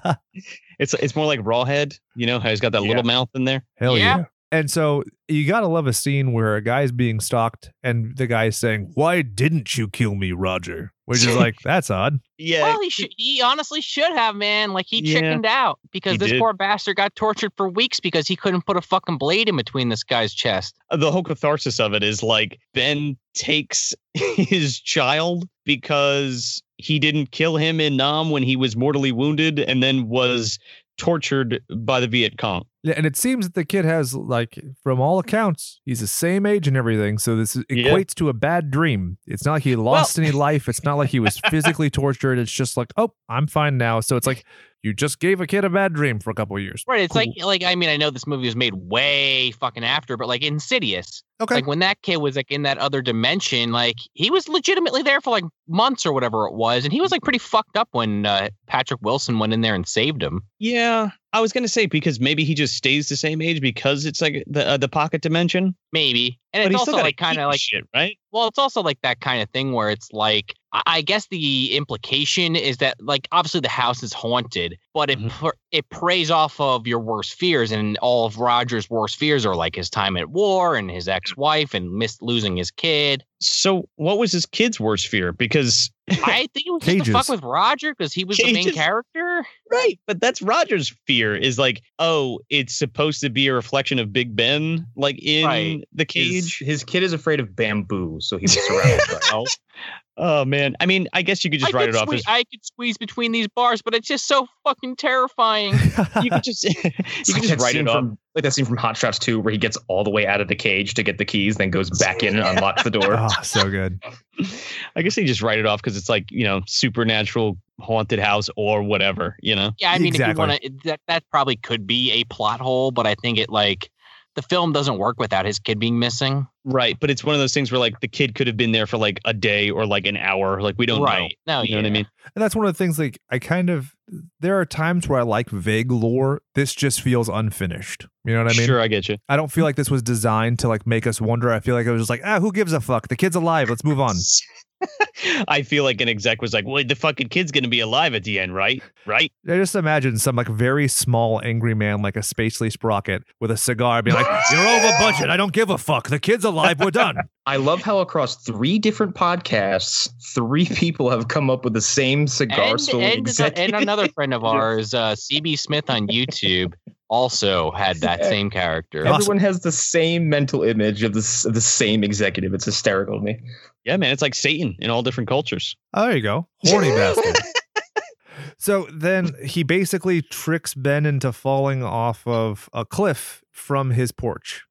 It's it's more like Rawhead, you know, how he's got that
Yeah.
little mouth in there.
Hell yeah.
Yeah.
And so you gotta love a scene where a guy's being stalked and the guy's saying, Why didn't you kill me, Roger? Which is like, that's odd.
Yeah.
Well, he should. He honestly should have, man. Like he
Yeah.
chickened out because
He
this
did.
poor bastard got tortured for weeks because he couldn't put a fucking blade in between this guy's chest.
the whole catharsis of it is like Ben takes his child because he didn't kill him in Nam when he was mortally wounded and then was tortured by the Viet Cong.
Yeah, and it seems that the kid has like from all accounts, he's the same age and everything. So this is-
Yeah.
equates to a bad dream. It's not like he lost any life. It's not like he was physically tortured. It's just like, oh, I'm fine now. So it's like you just gave a kid a bad dream for a couple of years.
Right. It's like like I mean I know this movie was made way fucking after, but like Insidious.
Okay.
Like when that kid was like in that other dimension, like he was legitimately there for like months or whatever it was, and he was like pretty fucked up when uh, Patrick Wilson went in there and saved him.
Yeah, I was gonna say because maybe he just stays the same age because it's like the uh, the pocket dimension.
Maybe.
But
And it's
he's
also
still got
like kind of like
shit, right?
Well, it's also like that kind of thing where it's like, I- I guess the implication is that, like, obviously the house is haunted, but it
Mhm.
pr- it preys off of your worst fears, and all of Roger's worst fears are like his time at war and
Mm.
his ex-wife and miss losing his kid.
So what was his kid's worst fear? Because
I think it was just to
Cages.
fuck with Roger because he was the main
Cages.
character.
Right, but that's Roger's fear is like, oh, it's supposed to be a reflection of Big Ben, like in
Right.
the
his,
cage.
his kid is afraid of bamboo, so he was surrounded by
oh. oh man, I mean, I guess you could just
I
write
could
it off
squeeze,
as
I could squeeze between these bars, but it's just so fucking terrifying.
you could just you
It's
could
like
just
that
write
scene
it off.
from like that scene from Hot Shots 2 where he gets all the way out of the cage to get the keys, then goes back in and unlocks the door.
oh, so good.
I guess they just write it off because it's like you know supernatural haunted house or whatever. You know,
Yeah, I mean,
Exactly.
if you want to, that that probably could be a plot hole, but I think it like the film doesn't work without his kid being missing.
right? But it's one of those things where like the kid could have been there for like a day or like an hour. Like we
Oh,
don't
right? No,
know. You know what I
yeah.
mean?
And that's one of the things like I kind of there are times where I like vague lore. This just feels unfinished. You know what I mean?
Sure, I get you.
I don't feel like this was designed to like make us wonder. I feel like it was just like, ah, who gives a fuck? The kid's alive. Let's move on.
I feel like an exec was like, "Well, the fucking kid's gonna be alive at the end, right? Right?
I just imagine some like very small angry man like a space leaf sprocket with a cigar being like, You're over budget. I don't give a fuck. The kid's alive, we're done.
I love how across three different podcasts, three people have come up with the same cigar
and,
soul
and,
executive.
and another friend of ours, uh, CB Smith on YouTube, also had that same character.
Awesome.
Everyone has the same mental image of the s- of the same executive. It's hysterical to me.
Yeah, man. It's like Satan in all different cultures.
Oh, there you go. Horny bastard. So then he basically tricks Ben into falling off of a cliff from his porch.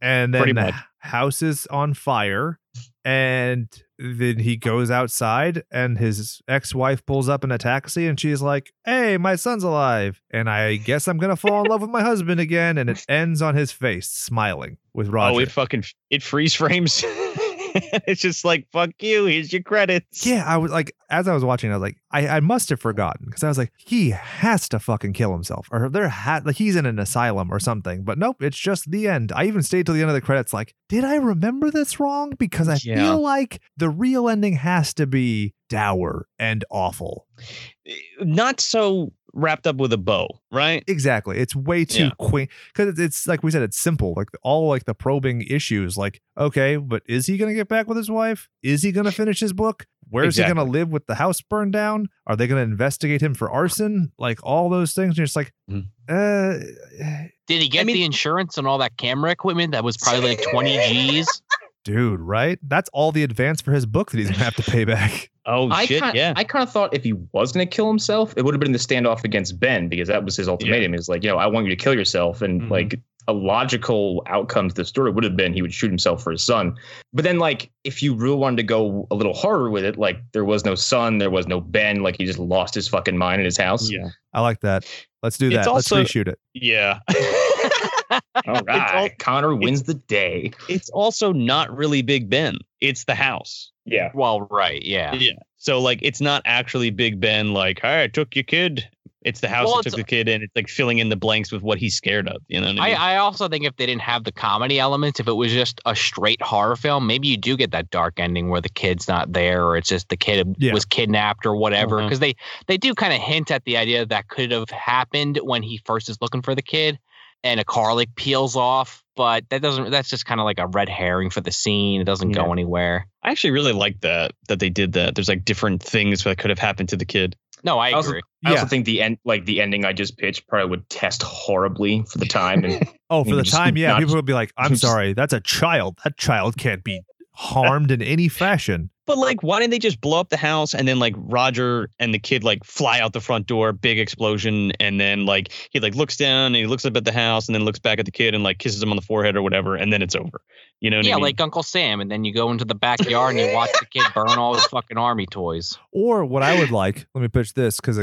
And then
Pretty
the
much.
house is on fire. And then he goes outside, and his ex wife pulls up in a taxi, and she's like, Hey, my son's alive. And I guess I'm going to fall in love with my husband again. And it ends on his face, smiling with Roger.
Oh, it fucking it freeze frames. it's just like fuck you. Here's your credits.
Yeah, I was like, as I was watching, I was like, I, I must have forgotten because I was like, he has to fucking kill himself, or there ha- like he's in an asylum or something. But nope, it's just the end. I even stayed till the end of the credits. Like, did I remember this wrong? Because I
Yeah.
feel like the real ending has to be dour and awful.
Not so wrapped up with a bow, right?
Exactly. It's way too
Yeah.
quaint because it's like we said, it's simple. Like all like the probing issues. Like okay, but is he gonna get back with his wife? Is he gonna finish his book? Where's he gonna live with the house burned down? Are they gonna investigate him for arson? Like all those things. You're just like,
Mm.
Mhm.
uh,
Did he get
mean-
the insurance on all that camera equipment that was probably like 20 G's?
dude, right? That's all the advance for his book that he's gonna have to pay back.
Oh
I
shit,
kind
yeah.
I kind of thought if he was going to kill himself, it would have been the standoff against Ben because that was his ultimatum. Is like, yo, I want you to kill yourself, and
Mhm.
like a logical outcome to the story would have been he would shoot himself for his son. But then, like, if you really wanted to go a little harder with it, like there was no son, there was no Ben, like he just lost his fucking mind in his house.
yeah.
I like that. Let's do
It's
that.
also-
Let's reshoot it.
Yeah.
All right,
all-
Connor wins the day.
it's also not really Big Ben. It's the house.
Yeah.
Well, right, yeah.
Yeah. So like it's not actually Big Ben like, hey, I took your kid. It's the house
Well,
that took
it's-
the kid and it's like filling in the blanks with what he's scared of. You know what I
I,
mean?
I also think if they didn't have the comedy elements, if it was just a straight horror film, maybe you do get that dark ending where the kid's not there, or it's just the kid
Yeah.
was kidnapped or whatever.
Mhm.
Because they they do kind of hint at the idea that could have happened when he first is looking for the kid, and a car like peels off, but that doesn't. That's just kind of like a red herring for the scene. It doesn't go anywhere.
I, actually really like that that they did that. There's like different things that could have happened to the kid.
No, I
I also-
agree.
I
Yeah.
also think the end, like the ending I just pitched, probably would test horribly for the time. And
Oh, for
You
the
just-
time, yeah.
not-
People would be like, I'm
just-
sorry, that's a child. That child can't be harmed in any fashion.
But like, why didn't they just blow up the house and then like Roger and the kid like fly out the front door, big explosion, and then like he like looks down and he looks up at the house and then looks back at the kid and like kisses him on the forehead or whatever, and then it's over. You know what
yeah,
I mean?
like Uncle Sam, and then you go into the backyard and you watch the kid burn all his fucking army toys.
Or what I would like, let me pitch this because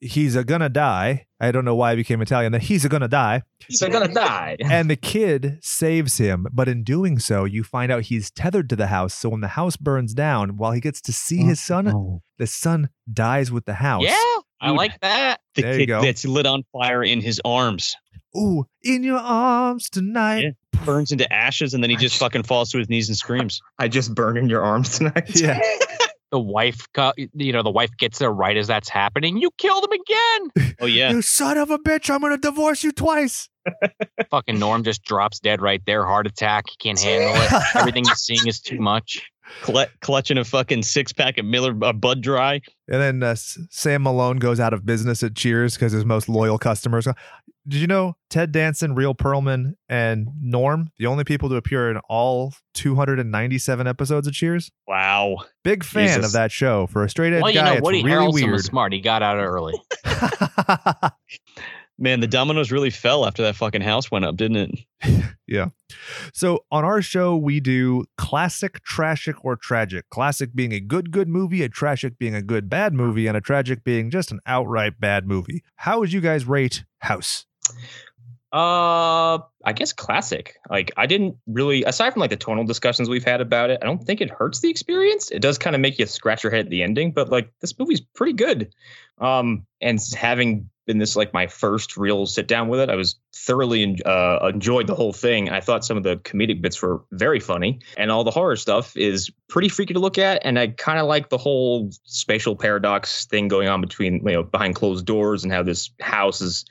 he's a gonna die. I don't know why I became Italian. That he's a gonna die,
he's gonna die.
and the kid saves him. But in doing so, you find out he's tethered to the house. So when the house burns down, while he gets to see his son, the son dies with the house.
Yeah, I
Dude.
like that.
the
There you
kid
go.
that's lit on fire in his arms
Ooh, in your arms tonight.
burns into ashes, and then he just fucking falls to his knees and screams.
I just burn in your arms tonight.
Yeah.
the wife co- you know the wife gets there right as that's happening you killed him again
Oh yeah,
You son of a bitch! I'm gonna divorce you twice.
fucking norm just drops dead right there heart attack he can't handle it everything he's seeing is too much
Cl- clutching a fucking six pack of Miller uh, Bud Dry.
And then uh, S- Sam Malone goes out of business at Cheers because his most loyal customers. Did you know Ted Danson, Real Perlman, and Norm, the only people to appear in all 297 episodes of Cheers?
Wow.
Big fan of
Jesus.
that show. For a straight edge
well you
guy,
know
it's
woody
really
harrelson
weird.
was smart he got out early
Man, the dominoes really fell after that fucking house went up, didn't it?
so on our show, we do classic, trashic, or tragic. Classic being a good, good movie, a trashic being a good, bad movie, and a tragic being just an outright bad movie. How would you guys rate House?
Uh, I guess classic. Like I didn't really, aside from like the tonal discussions we've had about it, I don't think it hurts the experience. It does kind of make you scratch your head at the ending, but like this movie's pretty good. Um, and s- having been this like my first real sit down with it. I was thoroughly en- uh, enjoyed the whole thing. I thought some of the comedic bits were very funny, and all the horror stuff is pretty freaky to look at. And I kind of like the whole spatial paradox thing going on between you know behind closed doors and how this house is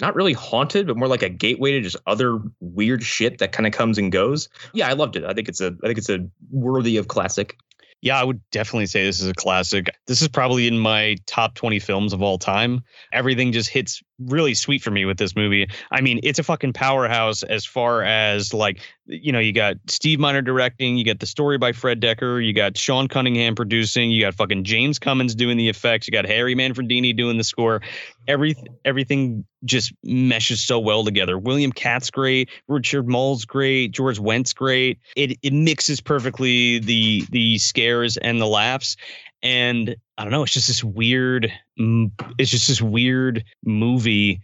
not really haunted, but more like a gateway to just other weird shit that kind of comes and goes. Yeah, I loved it. I think it's a I think it's a worthy of classic.
Yeah, I would definitely say this is a classic. This is probably in my top 20 films of all time. Everything just hits really sweet for me with this movie. I mean, it's a fucking powerhouse as far as like, you know, you got Steve Miner directing, you got the story by Fred Decker, you got Sean Cunningham producing, you got fucking James Cummins doing the effects, you got Harry Manfredini doing the score. Every everything just meshes so well together. William Katz great, Richard Mull's great, George Wentz great. It it mixes perfectly the the scares and the laughs. And I don't know, it's just this weird mm, it's just this weird movie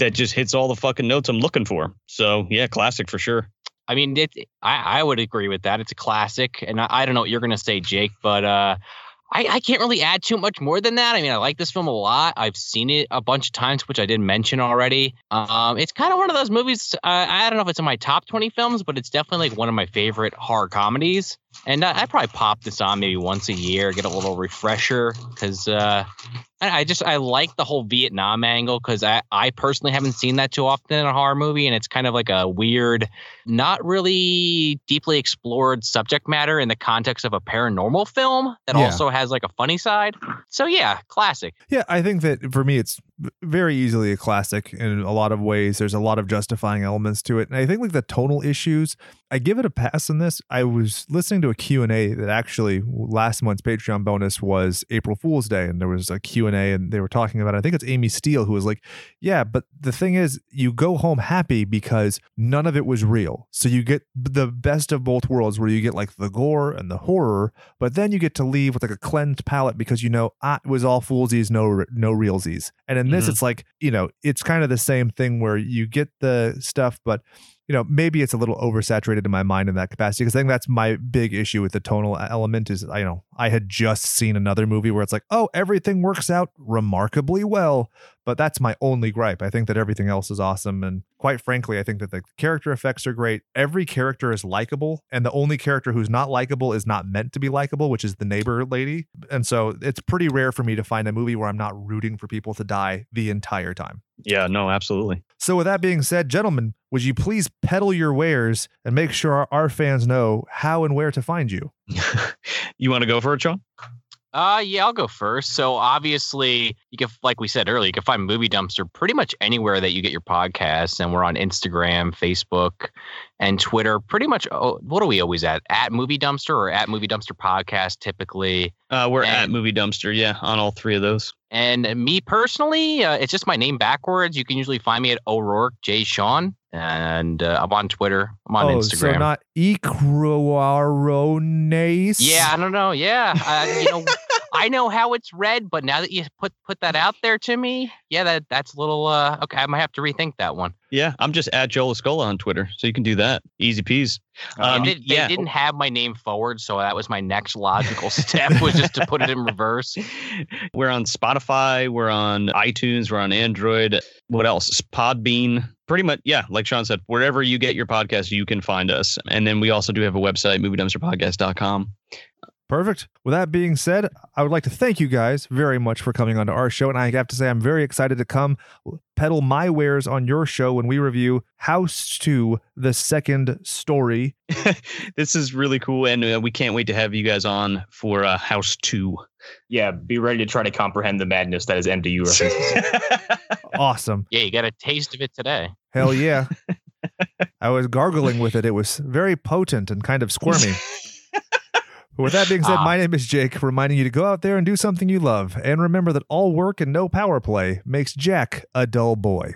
that just hits all the fucking notes I'm looking for. So yeah, classic for sure.
I mean, it, I, I would agree with that. It's a classic. And I, I don't know what you're going to say, Jake, but uh, I, I can't really add too much more than that. I mean, I like this film a lot. I've seen it a bunch of times, which I did mention already. Um, it's kind of one of those movies. Uh, I don't know if it's in my top 20 films, but it's definitely like one of my favorite horror comedies. And I, I probably pop this on maybe once a year, get a little refresher because uh, I, I just I like the whole Vietnam angle because I, I personally haven't seen that too often in a horror movie. And it's kind of like a weird, not really deeply explored subject matter in the context of a paranormal film that
Yeah.
also has like a funny side. So yeah, classic.
Yeah, I think that for me, it's v- very easily a classic in a lot of ways. There's a lot of justifying elements to it, and I think like the tonal issues, I give it a pass on this. I was listening to a Q and A that actually last month's Patreon bonus was April Fool's Day, and there was a Q and A, and they were talking about. I think it's Amy Steele who was like, "Yeah, but the thing is, you go home happy because none of it was real, so you get the best of both worlds, where you get like the gore and the horror, but then you get to leave with like a cleansed palate because you know ah, it was all foolsies, no no realsies. And in this,
Mhm.
it's like you know it's kind of the same thing where you get the stuff, but you know maybe it's a little oversaturated in my mind in that capacity because I think that's my big issue with the tonal e-, element is I you know I had just seen another movie where it's like oh everything works out remarkably well, but that's my only gripe. I think that everything else is awesome. And quite frankly, I think that the character effects are great. Every character is likable, and the only character who's not likable is not meant to be likable, which is the neighbor lady. And so it's pretty rare for me to find a movie where I'm not rooting for people to die the entire time.
Yeah, no, absolutely.
So, with that being said, gentlemen, would you please peddle your wares and make sure our, our fans know how and where to find you?
you want to go for it, Sean?
Uh yeah, I'll go first. So obviously, you can like we said earlier, you can find Movie Dumpster pretty much anywhere that you get your podcasts, and we're on Instagram, Facebook, and Twitter. Pretty much, oh, what are we always at? At Movie Dumpster or at Movie Dumpster Podcast, typically.
Uh, we're
Yeah.
at Movie Dumpster, yeah, on all three of those.
And me personally, uh, it's just my name backwards. You can usually find me at O'Rourke J Sean, and uh, I'm on Twitter. I'm on
oh, so
Instagram.
not Icroarones.
Yeah, I don't know. Yeah, uh, you know, I know how it's read, but now that you put put that out there to me, yeah, that that's a little uh, okay. I might have to rethink that one.
Yeah, I'm just at Joel Escola on Twitter, so you can do that. Easy peas. Um,
Oh, they, did,
yeah.
they didn't have my name forward, so that was my next logical step was just to put it in reverse.
We're on Spotify, we're on iTunes, we're on Android. What else? Podbean. Pretty much, yeah, like Sean said, wherever you get your podcast, you can find us. And then we also do have a website, moviedumpsterpodcast.com.
Perfect. With that being said, I would like to thank you guys very much for coming onto our show. And I have to say, I'm very excited to come peddle my wares on your show when we review House 2, the second story.
this is really cool. And uh, we can't wait to have you guys on for uh, House 2.
Yeah, be ready to try to comprehend the madness that is MDU references.
Awesome.
Yeah, you got a taste of it today.
Hell yeah. I was gargling with it. It was very potent and kind of squirmy. But With that being said,
Ah.
my name is Jake, reminding you to go out there and do something you love. And remember that all work and no power play makes Jack a dull boy.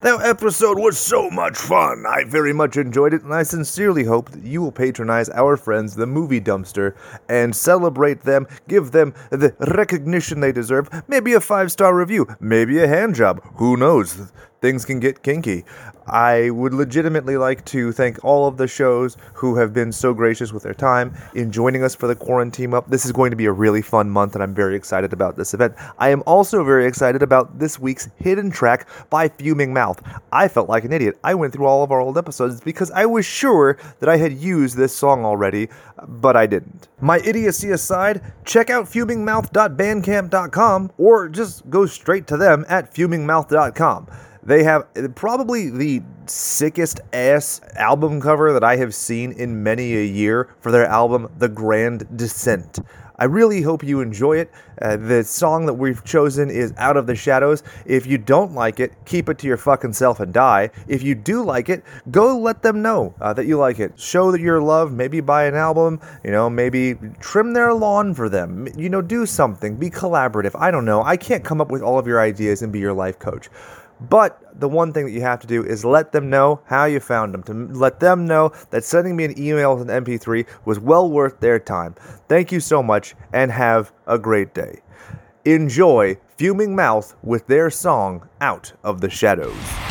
That episode was so much fun. I very much enjoyed it, and I sincerely hope that you will patronize our friends, the Movie Dumpster, and celebrate them, give them the recognition they deserve, maybe a five star review, maybe a hand job. Who knows?
things can get kinky. I would legitimately like to thank all of the shows who have been so gracious with their time in joining us for the quarantine up. This is going to be a really fun month, and I'm very excited about this event. I am also very excited about this week's hidden track by Fuming Mouth. I felt like an idiot. I went through all of our old episodes because I was sure that I had used this song already, but I didn't. My idiocy aside, check out fumingmouth.bandcamp.com or just go straight to them at fumingmouth.com. They have probably the sickest ass album cover that I have seen in many a year for their album, The Grand Descent. I really hope you enjoy it. Uh, the song that we've chosen is Out of the Shadows. If you don't like it, keep it to your fucking self and die. If you do like it, go let them know uh, that you like it. Show that your love, maybe buy an album, you know, maybe trim their lawn for them. You know, do something, be collaborative. I don't know. I can't come up with all of your ideas and be your life coach. But the one thing that you have to do is let them know how you found them, to let them know that sending me an email with an MP3 was well worth their time. Thank you so much and have a great day. Enjoy Fuming Mouth with their song Out of the Shadows.